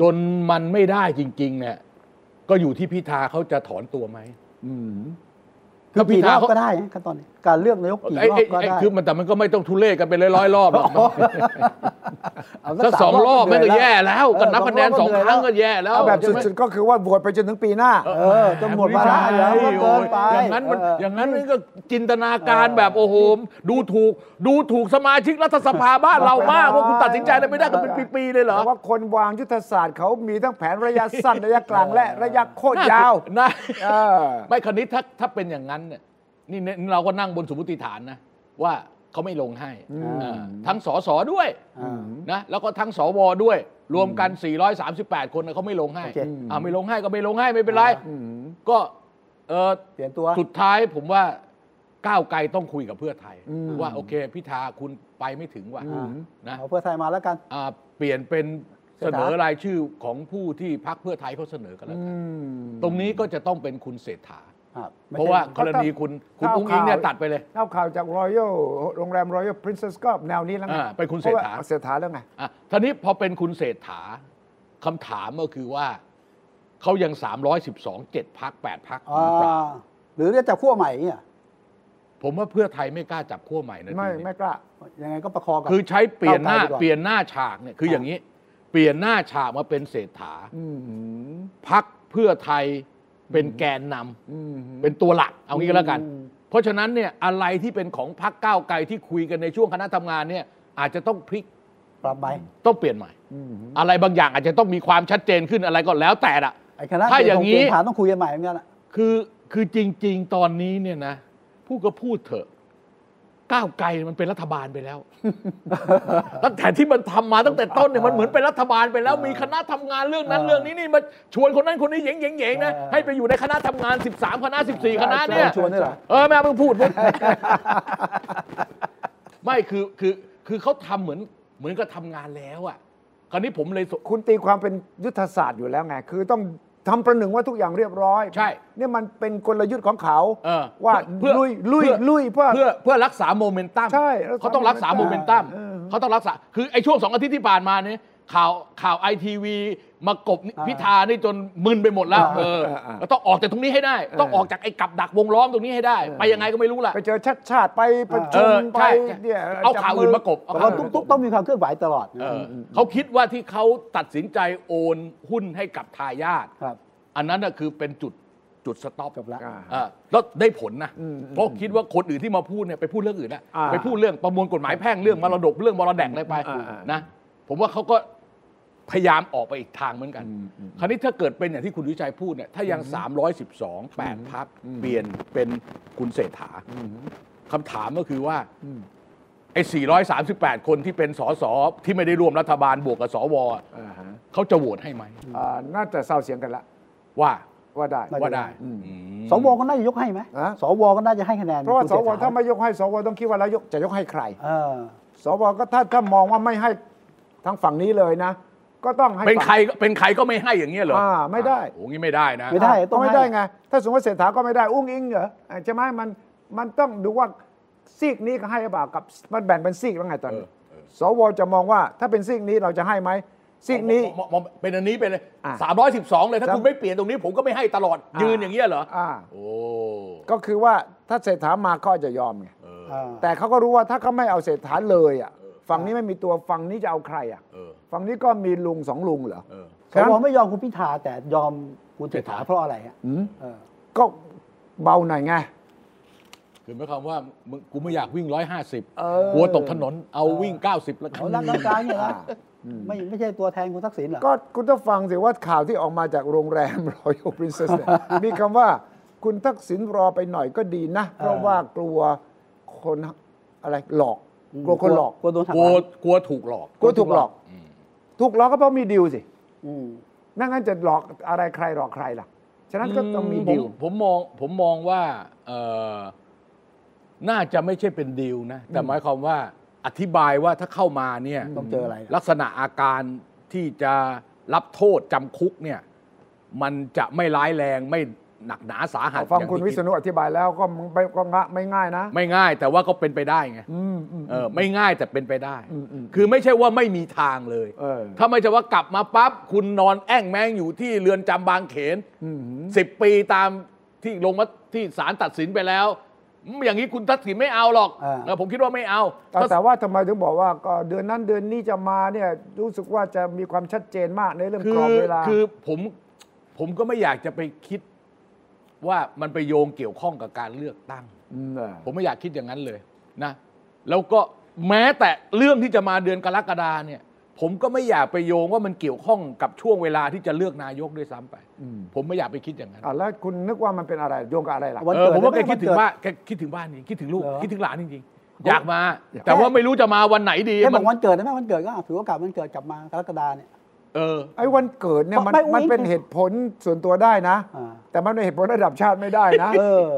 S2: จนมันไม่ได้จริงๆเนี่ยก็อยู่ที่พิธาเขาจะถอนตัวไหม
S1: คือกี่รอบ
S2: ก็พิธาเขา
S1: ก็ได้นะขั้นตอนนี้การเลือกนายกกี่
S2: ไอ้
S1: รอบ
S2: ไอ้
S1: ก็
S2: ไอ้
S1: ได้
S2: คือมันแต่มันก็ไม่ต้องทุเล่กันไปร้อยๆรอบหรอก
S1: เา
S2: สักสองรอบแม่งก็
S1: เหนื่
S2: แย่แล้ว
S1: เออ
S2: ก็นับคะแนนสอง
S1: เหย
S2: ครั้งก็แย่แล้ว
S3: เอาแบบ
S2: ใช่ไหม
S3: สุดๆก็คือว่าบวชไปจนถึงปีหน้า
S1: เออจนหมดเวลา
S2: แห
S1: แล้วก็
S2: ม่
S1: เกินไป
S2: โอ้ยอย่างนั้นมัน
S1: เออ
S2: อย่างนั้นมันก็จินตนาการแบบโอ้โหดูถูก ดูถูกสมาชิกรัฐสภาบ้านเรามากว่าคุณตัดสินใจอะไรไม่ได้กันเป็นปีๆเลยเหรอ
S3: แต่ว่าคนวางยุทธศาสตร์เขามีทั้งแผนระยะสั้น ระยะกลางและระยะโคตรยาว
S2: น่า
S3: เออ
S2: ไม่คราวนี้ถ้าถ้าเป็นอย่างนั้นเนี่ยนี่เนี่ยเราก็นั่งบนสมมติฐานนะ ว่าเขาไม่ลงให้เออทั้งสสด้วย
S1: อืม
S2: นะแล้วก็ทั้งสวด้วย รวมกัน 438 คนนะเขาไม่ลงให้
S1: โอเค
S2: อ่าไม่ลงให้ก็ไม่ลงให้ไม่เป็นไรก็เออ
S1: เปลี่ยนตัว
S2: สุดท้ายผมว่าก้าวไกลต้องคุยกับเพื่อไทย
S3: อืม
S2: ว่าโอเคพิธาคุณไปไม่ถึงว่ะ
S1: อืม
S2: นะ
S1: เอาเพื่อไทยมาแล้วกัน
S2: อ่าเปลี่ยนเป็น
S1: เส
S2: เส
S1: นอ
S2: นอรายชื่อของผู้ที่พักเพื่อไทยเขาเสนอกันแล้วกันตรงนี้ก็จะต้องเป็นคุณเศรษฐา
S1: ครับไม่
S2: เพราะ
S1: ใช่
S2: ว่ากรณีคุณคุณ
S3: ข่าว
S2: อุ้งอิงเนี่ย
S3: ข่าว
S2: ตัดไปเลย
S3: เล่าข่าวจากรอยัลโรงแรมรอยัลพรินเซสก็แนวนี้แล้วไง
S2: อ่าไปคุณเศรษฐา
S3: พะว่เศรษฐาแล้วไง
S2: อ่ะทีนี้พอเป็นคุณเศรษฐาคำถามก็คือว่า เขายัง 312 7พัก8พัก
S1: อ่าหรือเรียกจากขั้วใหม่เนี่ย
S2: ผมว่าเพื่อไทยไม่กล้าจับขั้วใหม่นะที
S3: ไม่
S2: นี้
S3: ไม่กล้า
S1: ยังไงก็ประคองกับ
S2: คือใช้เปลี่ยนหน้า
S1: ก้าวไกลดีกว่า
S2: เปลี่ยนหน้าฉากเนี่ยคืออย่างนี้ เปลี่ยนหน้าฉากมาเป็นเศรษฐาพักเพื่อไทยเป็นแกนนำเป็นตัวหลักเอางี้ก็แล้วกัน เพราะฉะนั้นเนี่ยอะไรที่เป็นของพักก้าวไกลที่คุยกันในช่วงคณะทำงานเนี่ยอาจจะต้องพลิก
S1: ปรับไป
S2: ต้องเปลี่ยนใหม่ อะไรบางอย่างอาจจะต้องมีความชัดเจนขึ้นอะไรก็แล้วแต่ละ
S1: ไอ้คณะ
S2: ถ้าอย่างนี้
S1: นี้ฐานต้องคุยกันใหม่เหมือนกันอะ
S2: คือคือจริง ๆ ตอนนี้เนี่ยนะพูดก็พูดเถอะ ก้าวไกลมันเป็นรัฐบาลไปแล้ว ตั้งแต่ที่มันทำมาตั้งแต่ต้นเนี่ยมันเหมือนเป็นรัฐบาลไปแล้ว มีคณะทำงานเรื่องนั้นเรื่องนี้นี่มาชวนคนนั้นคนนี้เหย่งๆๆนะให้ไปอยู่ในคณะทำงาน 13 คณะ 14 คณะเนี่ย
S1: ชวนด้วยเหรอ
S2: เออแม่เพิ่ง พูดพูด ไม่คือคือคือเขาทำเหมือนเหมือนกับทำงานแล้วอ่ะ คราวนี้ผมเลยส
S3: คุณตีความเป็นยุทธศาสตร์อยู่แล้วไง คือต้องทำประหนึ่งว่าทุกอย่างเรียบร้อย
S2: ใช่
S3: เนี่ยมันเป็นกลยุทธ์ของเขา
S2: เออ
S3: ว่า
S2: เพื่อ
S3: ลุยลุย
S2: เพื่อ
S3: ลุยเพื่อ
S2: เพื่อเพื่อรักษาโมเมนตัม
S3: ใช่
S2: เขาต้องรักษาโมเมนตัมเขาต้องรักษา คือไอ้ช่วงสองอาทิตย์ที่ผ่านมาเนี่ยข่าวข่าวไอทีวีมากบพิธานี่จนมึนไปหมดแล้ว เออ
S3: เออเออ
S2: ก็ต้องออกจากตรงนี้ให้ได้ ต้องออกจากไอ้กับดักวงล้อมตรงนี้ให้ได้ ไปยังไงก็ไม่รู้ล่ะ
S3: ไปเจอชัดชาติไปประ
S2: เอ
S3: ชุม
S2: อ
S3: ไป
S2: ใช่
S3: เนี่ย
S2: เอา
S3: จับ
S2: ข่าว
S3: มื
S2: อื่นมากบเอา
S1: แต่
S2: ข่า
S1: ว่าว
S2: อื่นมา
S1: ทุกๆต้องมีความเคลื่อนไหวตลอดนะ
S2: เออเขาคิดว่าที่เขาตัดสินใจโอนหุ้นให้กับทายาท
S1: ครับ
S2: อันนั้นน่ะคือเป็นจุดจุดสต็อป
S1: จบละ
S2: อ่าอ่าแล้วได้ผลนะ เพราะคิดว่าคนอื่นที่มาพูดเนี่ยไปพูดเรื่องอื่นแล้ว
S3: อ่า
S2: ไปพูดเรื่องประมวลกฎหมายแพ่งเรื่องมรดกเรื่องมรดกอะไรไป
S3: อ่าอ่า
S2: นะผมว่าเขาก็พยายามออกไปอีกทางเหมือนกัน คราวนี้ถ้าเกิดเป็นอย่างที่คุณวิชัยพูดเนี่ยถ้ายัง 312 8พักเปลี่ยนเป็นคุณเศรษฐาคำถามก็คือว่าไอ้438 คนที่เป็นสสที่ไม่ได้ร่วมรัฐบาลบวกกับสวอ่ะ
S3: อ่าฮะ
S2: เขาจะโหวตให้ไหม
S3: อ่าน่าจะเศร้าเสียงกันละ
S2: ว่า
S3: ว่าได้
S1: น่าจะ
S2: ว่าได้อืม
S1: สวก็น่าจะยกให้ไหม
S3: ฮะ
S1: สวก็น่าจะให้คะแนน
S3: เพราะว่า
S1: คุณ
S3: ส
S1: เศรษ
S3: ว
S1: ฐ
S3: ถ้าไม่ยกให้สวต้องคิดว่าแล้วยกจะยกให้ใคร
S1: เออ
S3: สวก็ถ้าถ้ามองว่าไม่ให้ทางฝั่งนี้เลยนะ ก็ต้องให้
S2: เป็นใคร
S3: ฝั่ง
S2: ก็เป็นใครก็ไม่ให้อย่างเงี้ยเหรออา
S3: ไม่ได้
S2: โอ้งี้ไม่ได้นะ
S1: ไม่ได้ต้
S3: ก็
S1: อง
S3: ไม่ได้
S1: ให้
S3: ไง ถ้าสมมติว่าเศรษฐาก็ไม่ได้อุ้งอิงเหรออ่ะใช่ไหมมันมันต้องดูว่าซีกนี้ก็ให้หรือเปล่ากับมันแบ่งเป็นซีกแล้วไงตอนนี้
S2: เออเออ
S3: สวจะมองว่าถ้าเป็นซีกนี้เราจะให้ไหมซีกนี้
S2: มองมองเป็นอันนี้เป็นเลย
S3: อ่ะ
S2: สามร้อยสิบสองเลยถ้า
S3: ครับ
S2: คุณไม่เปลี่ยนตรงนี้ผมก็ไม่ให้ตลอด
S3: อ่ายื
S2: ยืนอย่างเงี้ยเหรอ
S3: อ่า
S2: โอ้
S3: ก็คือว่าถ้าเศรษฐามาก็จะยอมไง
S2: เออ
S1: เออ
S3: แต่เขาก็รู้ว่าถ้าเขาไม่เอาเศรษฐาเลยอ่ะฝั่งนี้ไม่มีตัวฝั่งนี้จะเอาใครอ่ะ
S2: เออ
S3: ฝั่งนี้ก็มีลุงสองลุงเหรอ
S2: เออ
S1: สวไม่ยอมคุณพิธาแต่ยอมคุณเศรษฐา
S2: เศรษฐา
S1: เพราะอะไรฮะ
S3: อืม
S1: เออ
S3: ก็เบาหน่อยไง
S2: คือหมายความว่ามึงกูไม่อยากวิ่งร้อยห้าสิบ
S3: เออ
S2: กลัวตกถนนเอาวิ่งเก้าสิบแล้วกัน
S1: เขารักรักการเนี่ยนะ
S3: อ่า
S1: ไม่ไม่ใช่ตัวแทนคุณทักษิณเหรอ
S3: ก็คุณต้องฟังสิว่าข่าวที่ออกมาจากโรงแรม Royal Princess เนี่ยมีคำว่าคุณทักษิณรอไปหน่อยก็ดีนะ เพราะว่ากลัวคนอะไรหลอก กลัวคนหลอก
S1: กลัวโดนหัก
S2: ก
S1: ห
S2: ลัว
S1: ลัง
S2: กลัวถูกหลอก
S3: กลัวถูกหลอก ถูกหลอกก็เพราะมีดิวสิ
S1: อืม
S3: ไม่งั้นจะหลอกอะไรใครหลอกใครล่ะ ฉะนั้นก็ต้องมี
S2: ผ
S3: ดิว
S2: ผมมองผมมองว่าเอ่อน่าจะไม่ใช่เป็นดีลนะ แต่หมายความว่าอธิบายว่าถ้าเข้ามาเนี่ย
S1: ต้องเจออะไรนะ
S2: ลักษณะอาการที่จะรับโทษจำคุกเนี่ย มันจะไม่ร้ายแรงไม่หนักหนาสาหัส
S3: ฟัง
S2: อย่าง
S3: คุณ
S2: ที่
S3: วิษณุอธิบายแล้วก็ไม่ก็งะไม่ง่ายนะ
S2: ไม่ง่าย แต่ว่าก็เป็นไปได้ไง
S3: อืมอืม
S2: เออไม่ง่ายแต่เป็นไปได้
S3: อืมอืม
S2: คือไม่ใช่ว่าไม่มีทางเลย
S3: เออ
S2: ถ้าไม่ใช่ว่ากลับมาปั๊บคุณนอนแอ่งแมงอยู่ที่เรือนจำบางเขน
S3: อืม
S2: สิบปีตามที่ลงมาที่ศาลตัดสินไปแล้วอืมอย่างนี้คุณทักษิณไม่เอาหรอก
S1: อ่า
S2: เออผมคิดว่าไม่เอา
S3: แต่
S2: ถ้า
S3: แต่ว่าทำไมถึงบอกว่าก็เดือนนั้นเดือนนี้จะมาเนี่ยรู้สึกว่าจะมีความชัดเจนมากในเรื่อง
S2: คื
S3: กร
S2: อ
S3: อบเวลา
S2: คือผมผมก็ไม่อยากจะไปคิดว่ามันไปโยงเกี่ยวข้องกับการเลือกตั้ง ผมไม่อยากคิดอย่างนั้นเลยนะ แล้วก็แม้แต่เรื่องที่จะมาเดือนกรกฎาเนี่ย ผมก็ไม่อยากไปโยงว่ามันเกี่ยวข้องกับช่วงเวลาที่จะเลือกนายกด้วยซ้ำไป
S3: อืม
S2: ผมไม่อยากไปคิดอย่างนั้น
S3: อ่ะแล้วคุณนึกว่ามันเป็นอะไรโยงกับอะไรล่ะ
S1: วัน
S2: เอ
S1: เกิ
S2: อ
S1: ด
S2: ผมว่าแก
S1: ได้ไหม
S2: คิดถึง
S1: วันเกิด
S2: บ้านแกคิดถึงบ้านจริงคิดถึงลูก
S1: เหรอ
S2: คิดถึงหลานจริงๆอยากมา
S3: อยาก
S2: แต่ว่าไม่รู้จะมาวันไหนดี
S1: แกบ
S2: มั
S1: อกวันเกิดได้ไหมวันเกิดก็ถือโอกาสวันเกิดกลับมากรกฎาเนี่ย
S2: เออ
S3: ไอ้วันเกิดเนี่ยมัน
S1: ไม่อุ๊ย
S3: มันเป็นเหตุผลส่วนตัวได้นะ
S1: อ่า
S3: แต่มันเป็นเหตุผลระดับชาติไม่ได้นะ
S1: เออ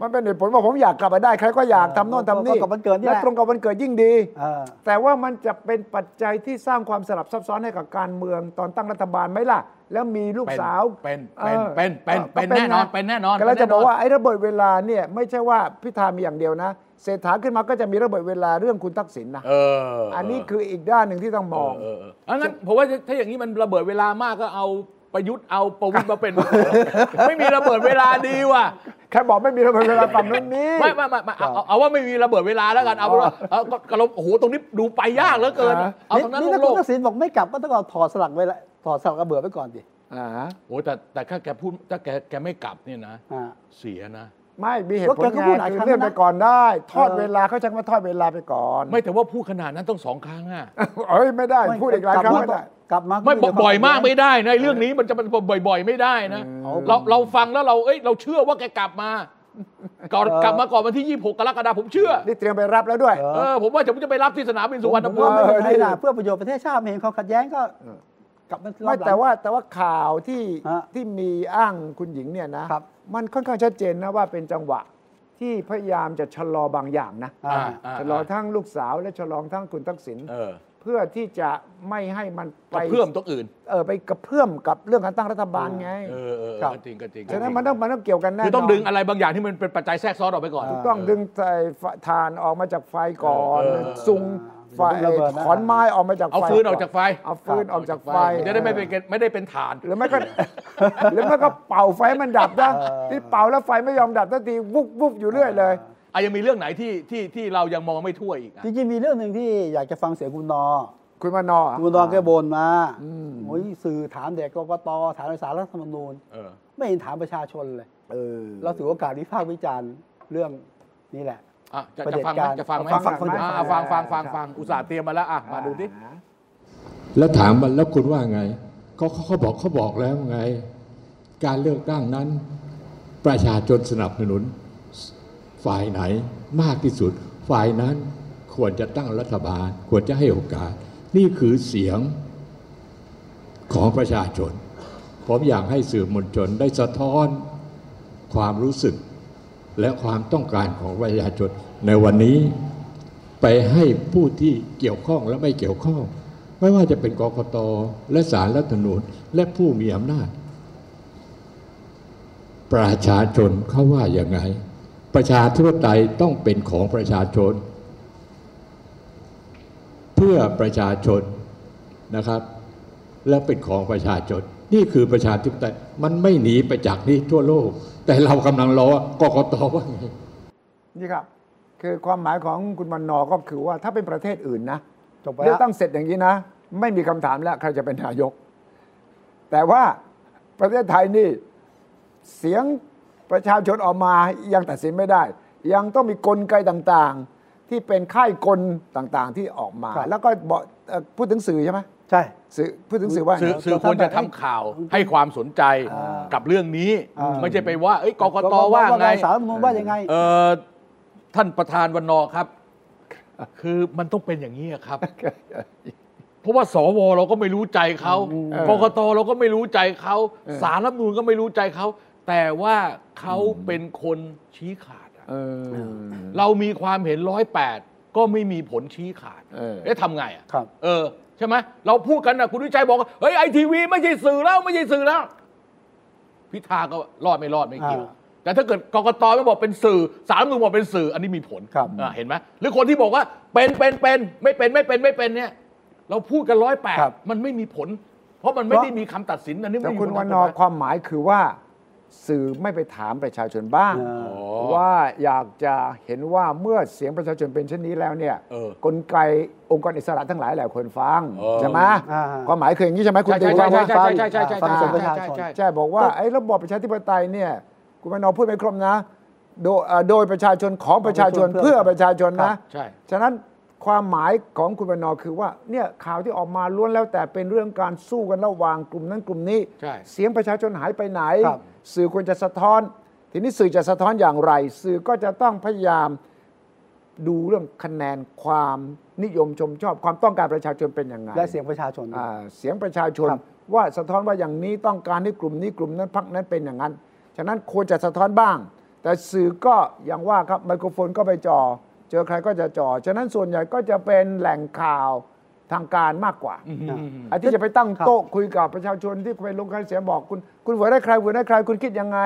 S3: มันเป็นเหตุผลว่าผมอยากกลับมาได้ใครก็อยาก
S1: เออ
S3: ทำโน่นทำนี่
S1: ตรงกับวันเกิดนี่แหละ
S3: และตรงกับวันเกิดยิ่งดี
S1: เออ
S3: แต่ว่ามันจะเป็นปัจจัยที่สร้างความสลับซับซ้อนให้กับการเมืองตอนตั้งรัฐบาลไหมล่ะ แล้วมีลูก
S2: เป็น
S3: สาว
S2: เป็น
S3: ออ
S2: เป็นเป็นเป็น
S3: ก็
S2: เป็นแน่นอน
S3: ไง
S2: เป็นแน่นอน
S3: ก็เราจะ
S2: เป็นแน่นอ
S3: บ
S2: น
S3: อกว่าไอ้ระเบิดเวลาเนี่ยไม่ใช่ว่าพิธามีอย่างเดียวนะเศรษฐาขึ้นมาก็จะมีระเบิดเวลาเรื่องคุณทักษิณนะ
S2: เออ
S3: อันนี้คืออีกด้านหนึ่งที่ต้องม
S2: เอ
S3: อ
S2: อง เออเออเอางั้นผมว่าถ้าอย่างนี้มันระเบิดเวลามากก็เอาประยุทธ์เอาประวิตรมาเป็น ไม่มีระเบิดเวลาดีว่ะ
S3: แค่บอกไม่มีระเบิดเวลาฝั่งนู้นนี้
S2: ไม่ไม่ไม่ไม่เอาเอาเอาว่าไม่มีระเบิดเวลาแล้วกันเอาว่าเอาก็กระลบโอ้โหตรงนี้ดูไปยากเหลือเกิน
S3: อ่า
S2: เอาตรงนั้น
S1: นี่
S2: ล
S1: ถ้าง คุณ
S2: โลก
S1: ทักษิณบอกไม่กลับก็ต้องเอาถอดสลักไว้ละถอดสลักกระเบือไว้ก่อนดิ
S3: อ่า
S2: โอ้แต่แต่ถ้าแกพูดถ้าแกแกไม่กลับเนี่ยนะ
S1: อ่า
S2: เสียนะ
S3: ไม่มีเหตุผล
S1: ก็แกก็พูดหลาย
S3: ไง
S1: ค
S3: คื
S1: รั้
S3: อง เลื่อนไป
S1: นะ
S3: ก่อนได้ ทอด
S1: เออ
S3: เวลาเขาใช้คำว่าทอดเวลาไปก่อน
S2: ไม่แต่ว่าพูดขนาดนั้นต้องสองครั้งอะ
S3: เอ้ยไม่ได้พูดอีกหลายครั้ง
S1: กมา
S3: ไม่ได้
S1: กลับมา
S2: ไม่
S1: คุกั
S2: บ่อยมากไม่ได้นะไอ้เรื่องนี้มันจะมันบ่อย ๆ ไม่ได้นะ
S3: เออ
S2: เราเราฟังแล้วเราเอ้ยเราเชื่อว่าแกกลับมาก่อนกลับมาก่อนวันที่ 26 กรกฎาคมผมเชื่อ
S3: นี่เตรียมไปรับแล้วด้วย
S2: เออผมว่าผมจะไปรับที่สนามบินสุวรรณ
S1: ผม
S2: ภู
S1: ว่า
S2: มิ
S1: ไม่เป็น
S3: เออ
S1: ไร
S3: นี่
S1: ล่ะเพื่อประโยชน์ประเทศชาติไม่เห็นความขัดแย้งก็กลับมา
S3: ไม่แต่ว่าแต่ว่าข่าวที่
S1: ฮะ
S3: ที่มีอ้างคุณหญิงเนี่ยนะ
S1: ครับ
S3: มันค่อนข้างชัดเจนนะว่าเป็นจังหวะที่พยายามจะชะลอบางอย่างนะ
S1: อ่า
S2: า
S3: ชะลอทั้งลูกสาวและชะลอทั้งคุณทักษิณ
S2: เออ
S3: เพื่อที่จะไม่ให้มัน
S2: ก
S3: ไประ
S2: เพื่อมตรงอื่น
S3: เออไปกระเพื่อมกับเรื่องการตั้งรัฐบาลไง
S2: เออเออ
S1: ครับ
S2: ก็จริงก็จริง
S3: ฉะนั้นมันต้องมันต้องเกี่ยวกันแน่นน
S2: คือต้องดึงอะไรบางอย่างที่มันเป็นปัจจัยแทรกซ้อนออกไปก่อน
S1: เ
S3: ถูกต้องดึงใส่ฐานออกมาจากไฟก่อน
S2: เออเออ
S3: ซุงไฟ
S1: เดี๋ยวมันระเบิดนะ
S3: ขอนไม้ออกมาจากไฟ
S2: เอาฟืนออกจากไฟ
S3: เอาฟืนออกจากไฟ
S2: จะได้ไม่เป็นไม่ได้เป็นฐาน
S3: หรือไม่ก็ หรือไม่ก็เป่าไฟให้มันดับนะที่เป่าแล้วไฟไม่ยอมดับสักทีวุบวุบอยู่เรื่อยเลย
S2: อ่ะยังมีเรื่องไหนที่ที่ที่เรายังมองไม่ทั่วอีกอ่ะ
S1: จริงๆมีเรื่องหนึ่งที่อยากจะฟังเสียงคุณนอ
S3: คุณมานออ่ะ
S1: คุณดอนแกบ่นมา
S3: อืม
S1: โอ้ยสื่อถามเด็กกกตถามสารรัฐธรรมนูญ
S2: เออ
S1: ไม่เห็นถามประชาชนเลย
S3: เออ
S1: เราถือโอกาสวิพากษ์วิจารณ์เรื่องนี่แหละ
S2: อ่ะจะ
S1: ประ
S2: จะ
S1: เด็จ
S2: ฟังไหม
S1: การ
S2: จะฟังไหม
S1: ฟังฟังฟัง
S2: อ่ะอ่ะฟังฟังฟังฟังอุตส่าห์เตรียมมาแล้วอ่ะมาดูดิ
S4: แล้วถามมันแล้วคุณว่าไงก็เขาเขาบอกเขาบอกแล้วไง การเลือกตั้งนั้น ประชาชนสนับสนุน ฝ่ายไหนมากที่สุด ฝ่ายนั้นควรจะตั้งรัฐบาล ควรจะให้โอกาส นี่คือเสียงของประชาชน ผมอยากให้สื่อมวลชนได้สะท้อน ความรู้สึก และความต้องการของประชาชนในวันนี้ ไปให้ผู้ที่เกี่ยวข้องและไม่เกี่ยวข้อง ไม่ว่าจะเป็นกกตและสารรัฐธรรมนูญและผู้มีอำนาจ ประชาชนเขาว่าอย่างไง ประชาธิปไตยต้องเป็นของประชาชน เพื่อประชาชนนะครับ และเป็นของประชาชน นี่คือประชาธิปไตยมันไม่หนีไปจากนี้ทั่วโลก แต่เรากำลังรอกกตว่าไง
S3: นี่ครับ คือความหมายของคุณวันนอร์ก็คือว่าถ้าเป็นประเทศอื่นนะ
S1: จบไป
S3: เลือ
S1: แล้
S3: ก
S1: ว
S3: ตั้งเสร็จอย่างนี้นะ ไม่มีคำถามแล้วใครจะเป็นนายก แต่ว่าประเทศไทยนี่เสียงประชาชนออกมายังตัดสินไม่ได้ ยังต้องมีกลไกต่างๆ ที่เป็นค่ายกลต่างๆที่ออกมา แล้วก็บอกเอ่อพูดถึงสื่อใช่ไหม
S1: ใช่
S3: สื่อพูดถึงสื่อว่า
S2: สื่อสื่อควรจะทำข่าวให้ความสนใจกับเรื่องนี้
S1: อ่า
S2: ไม่ใช่ไปว่าเอ้ยกกตว่าไง
S1: สารรัฐธรรมนูญว่ายังไง
S2: เออท่านประธานวันนอร์ครับ คือมันต้องเป็นอย่างนี้อะครับ เพราะว่าสวเราก็ไม่รู้ใจเขากกตเราก็ไม่รู้ใจเขาสารรัฐธรรมนูนก็ไม่รู้ใจเขา แต่ว่าเขาเป็นคนชี้ขาดอะ
S3: เออ
S2: เรามีความเห็นร้อยแปดก็ไม่มีผลชี้ขาด
S3: เออ
S2: เอ๊ะทำไงอ่ะ
S1: ครับ
S2: เออใช่ไหมเราพูดกันนะคุณวิจัยบอกว่าเฮ้ยไอทีวีไม่ใช่สื่อแล้วไม่ใช่สื่อแล้ว พิธาก็รอดไม่รอดไม่เกี่ยว
S1: อ่า
S2: แต่ถ้าเกิดกกตไม่บอกเป็นสื่อสารรัฐธรรมนูญบอกเป็นสื่อ อันนี้มีผล
S1: ครับ
S2: อ่าเห็นไหมหรือคนที่บอกว่าเป็นเป็นเป็นไม่เป็นไม่เป็นไม่เป็นเนี่ย เราพูดกันร้อยแปด
S3: ครับ
S2: มันไม่มีผล เพราะมันไม่ได้มีคำตัดสินอันนี้
S3: แต่
S2: ไม่มี
S3: คุณ
S2: ผล
S3: วั
S2: ทาน ง
S3: นอก
S2: ฎหมา
S3: ร์
S2: ย
S3: ความหมายคือว่าสื่อไม่ไปถามประชาชนบ้าง
S1: เออ
S2: อ๋อ
S3: ว่าอยากจะเห็นว่าเมื่อเสียงประชาชนเป็นเช่นนี้แล้วเนี่ย
S2: เออก
S3: ลไกองค์กรอิสระทั้งหลายแหละควรฟัง
S2: เออ
S3: ใช่ไหม
S1: อ่า
S3: ความหมายคืออย่างนี้ใช่ไหมคุณ
S2: ใช่
S3: ตี
S2: ใช่
S3: ว่า
S2: ใช่
S3: ว่า
S2: ใช่ใช่ใช่ใช่
S1: ฟัง
S2: ใช่
S1: เสียงประชาชน
S2: ใช่ใช่ใช่
S3: ใช่บอกว่าไอ้ระบอบประชาธิปไตยเนี่ยคุณมานอพูดไม่ครบนะโดยเอ่อโดยประชาชนของประชาชน
S1: เพื่
S3: เพื่
S1: อ
S3: อประชาชนนะ
S2: ใช่
S3: ฉะนั้นความหมายของคุณบรรณอร์คือว่าเนี่ยข่าวที่ออกมาล้วนแล้วแต่เป็นเรื่องการสู้กันระหว่างกลุ่มนั้นกลุ่มนี้
S2: ใช่
S3: เสียงประชาชนหายไปไหน
S1: ครับ
S3: สื่อควรจะสะท้อน ทีนี้สื่อจะสะท้อนอย่างไร สื่อก็จะต้องพยายามดูเรื่องคะแนนความนิยมชมชอบ ความต้องการประชาชนเป็นอย่างไร
S1: และเสียงประชาชน
S3: อ่าเสียงประชาชน
S1: ครับ
S3: ว่าสะท้อนว่าอย่างนี้ต้องการให้กลุ่มนี้กลุ่มนั้นพักนั้นเป็นอย่างนั้น ฉะนั้นควรจะสะท้อนบ้าง แต่สื่อก็อย่างว่าครับไมโครโฟนก็ไปจอเจอใครก็จะจอฉะนั้นส่วนใหญ่ก็จะเป็นแหล่งข่าวทางการมากกว่า
S1: อ่า
S3: ไอ้ที่จะไปตั้ง
S1: ครับ
S3: โต๊ะคุยกับประชาชนที่ไปลงคะแนนเสียงบอกคุณ คุณโหวตได้ใครโหวตได้ใครคุณคิดยังไง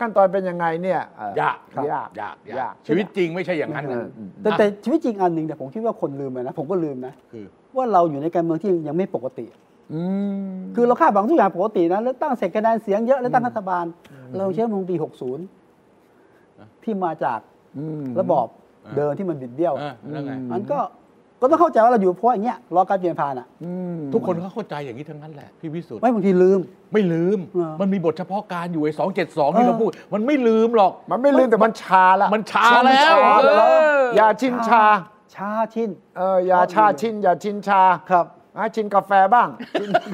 S3: ขั้นตอนเป็นยังไงเนี่ยเอ่อย
S2: ากครับ
S3: ยาก
S2: ยากยากชีวิตจริงไม่ใช่อย่างนั้นนะ
S1: แต่แต่ชีวิตจริงอันหนึ่งแต่ยผมคิดว่าคนลืมไปนะ ผมก็ลืมนะ
S2: คือ
S1: ว่าเราอยู่ในการเมืองที่ยังไม่ปกติ
S3: อืม
S1: คือเราคาดหวังทุกอย่างปกตินะเลือกตั้งเสร็จคะแนนเสียงเยอะเลือกตั้งรัฐบาล เราเชื่อมงปี 60 ที่มาจาก
S3: อืม
S1: ระบอบเดิมที่มันบิดเบี้ยว
S2: เออแล้วไง
S1: มันก็ก็ต้องเข้าใจว่าเราอยู่เพราะอย่างเงี้ยรอการเปลี่ยนผ่านอ่ะ
S3: อืม
S2: ทุกคนเขาเข้าใจอย่างนี้ทั้งนั้นแหละพี่วิสุทธิ
S1: ไม่บางทีลืม
S2: ไม่ลืม
S1: เหรอ
S2: มันมีบทเฉพาะการอยู่ไอ้สองเจ็ดสอง
S1: เอ
S2: ที่
S1: อ
S2: เราพูด มันไม่ลืมหรอก
S3: มันไม่ลืมแต่มันชาละ
S2: มันชาแล้ว
S3: มันชา
S2: เอออ
S3: อย่าชินชา
S1: ชาชิน
S3: เอออย่าชาชิน อย่าชินชา
S1: ครับ
S3: อ่ะชินกาแฟบ้าง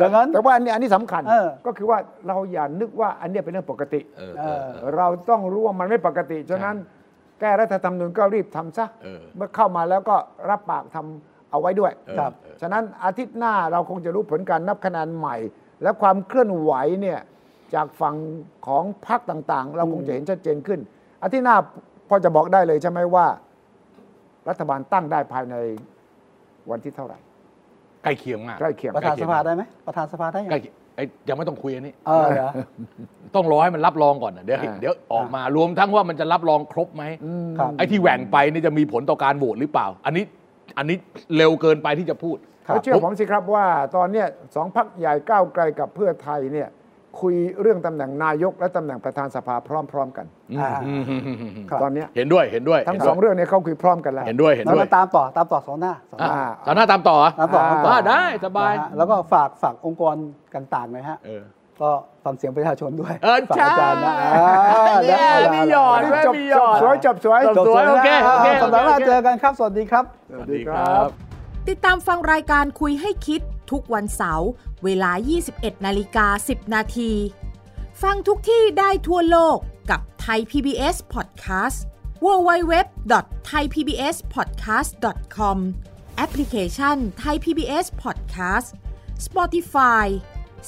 S1: ดังนั้น
S3: แต่ว่าอันนี้อันนี้สำคัญ
S1: เออ
S3: ก็คือว่าเราอย่านึกว่าอันเนี้ยเป็นเรื่องปกติ
S2: เออ
S1: เออ
S3: เราต้องรู้ว่ามันไม่ปกติ ฉะนั้นแก้รัฐธรรมนูญก็รีบทำซะ
S2: เออ
S3: เมื่อเข้ามาแล้วก็รับปากทำเอาไว้ด้วย
S2: เออครับ
S3: ฉะนั้นอาทิตย์หน้าเราคงจะรู้ผลการนับคะแนนใหม่ และความเคลื่อนไหวเนี่ยจากฝั่งของพรรคต่างๆ เราคงจะเห็นชัดเจนขึ้น อาทิตย์หน้าพอจะบอกได้เลยใช่ไหมว่า รัฐบาลตั้งได้ภายในวันที่เท่าไหร่
S2: ใกล้เคียงมาก
S3: ใกล้เคียง
S1: ประธานสภาได้ไหมประธานสภาได้ยัง
S2: ใกล้เคียงไอ้ยังไม่ต้องคุยอันนี้
S1: เออเหรอ
S2: ต้องรอให้มันรับรองก่อนนะเดี๋ยว
S3: อ่า
S2: เดี๋ยวออกมารวมทั้งว่ามันจะรับรองครบไหม
S1: ครับ
S2: ไอ้ที่แหว่งไปนี่จะมีผลต่อการโหวตหรือเปล่า อันนี้อันนี้เร็วเกินไปที่จะพูด
S1: ครับ
S3: แล้วเชื่อผมสิครับว่าตอนเนี้ยสองพักใหญ่ก้าวไกลกับเพื่อไทยเนี่ยคุยเรื่องตำแหน่งนายกและตำแหน่งประธานสภาพร้อม ๆ กัน
S1: อ่า ครับ
S3: ตอนเนี้ย
S2: เห็นด้วยเห็นด้วย
S3: ทั้งสองเรื่องเนี่ยเขาคุยพร้อมกันแล้ว
S2: เห็นด้วยเห็น
S1: แล้ว
S2: ด้วย
S1: มาตามต่อตามต่อสองหน้าสองห
S2: อ่ะ
S1: น้า
S2: สาวหน้าตามต่อเหรอ
S1: ตามต่อตามต่อ
S2: อ่ะได้สบาย
S1: นะฮะแล้วก็ฝากฝากองค์กรกันต่างหน่อยฮะ
S2: เออ
S1: ก็ฟังเสียงประชาชนด้วย
S2: เออ
S1: ฝากอาจารย์นะ
S2: ใช่
S1: อ่า
S2: เนี่ย
S1: ได้เวลา
S2: มีหยอด
S1: แล้
S2: ไม่
S1: ว
S3: จบ
S2: มีย
S3: จบ
S2: อด
S3: สวยจบสวย
S2: จบสวยโอเค
S1: นะ
S2: โอเค
S1: สัปดาห์หน้าเจอกันครับ สวัสดีครับ
S3: สวัสดีครับ
S5: ติดตามฟังรายการคุยให้คิดทุกวันเสาร์เวลา 21 นาฬิกา 10 นาที ฟังทุกที่ได้ทั่วโลกกับ ไทย PBS Podcast www.thaipbspodcast.com แอปพลิเคชัน Thai PBS Podcast Spotify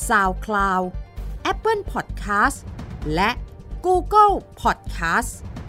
S5: SoundCloud Apple Podcast และ Google Podcast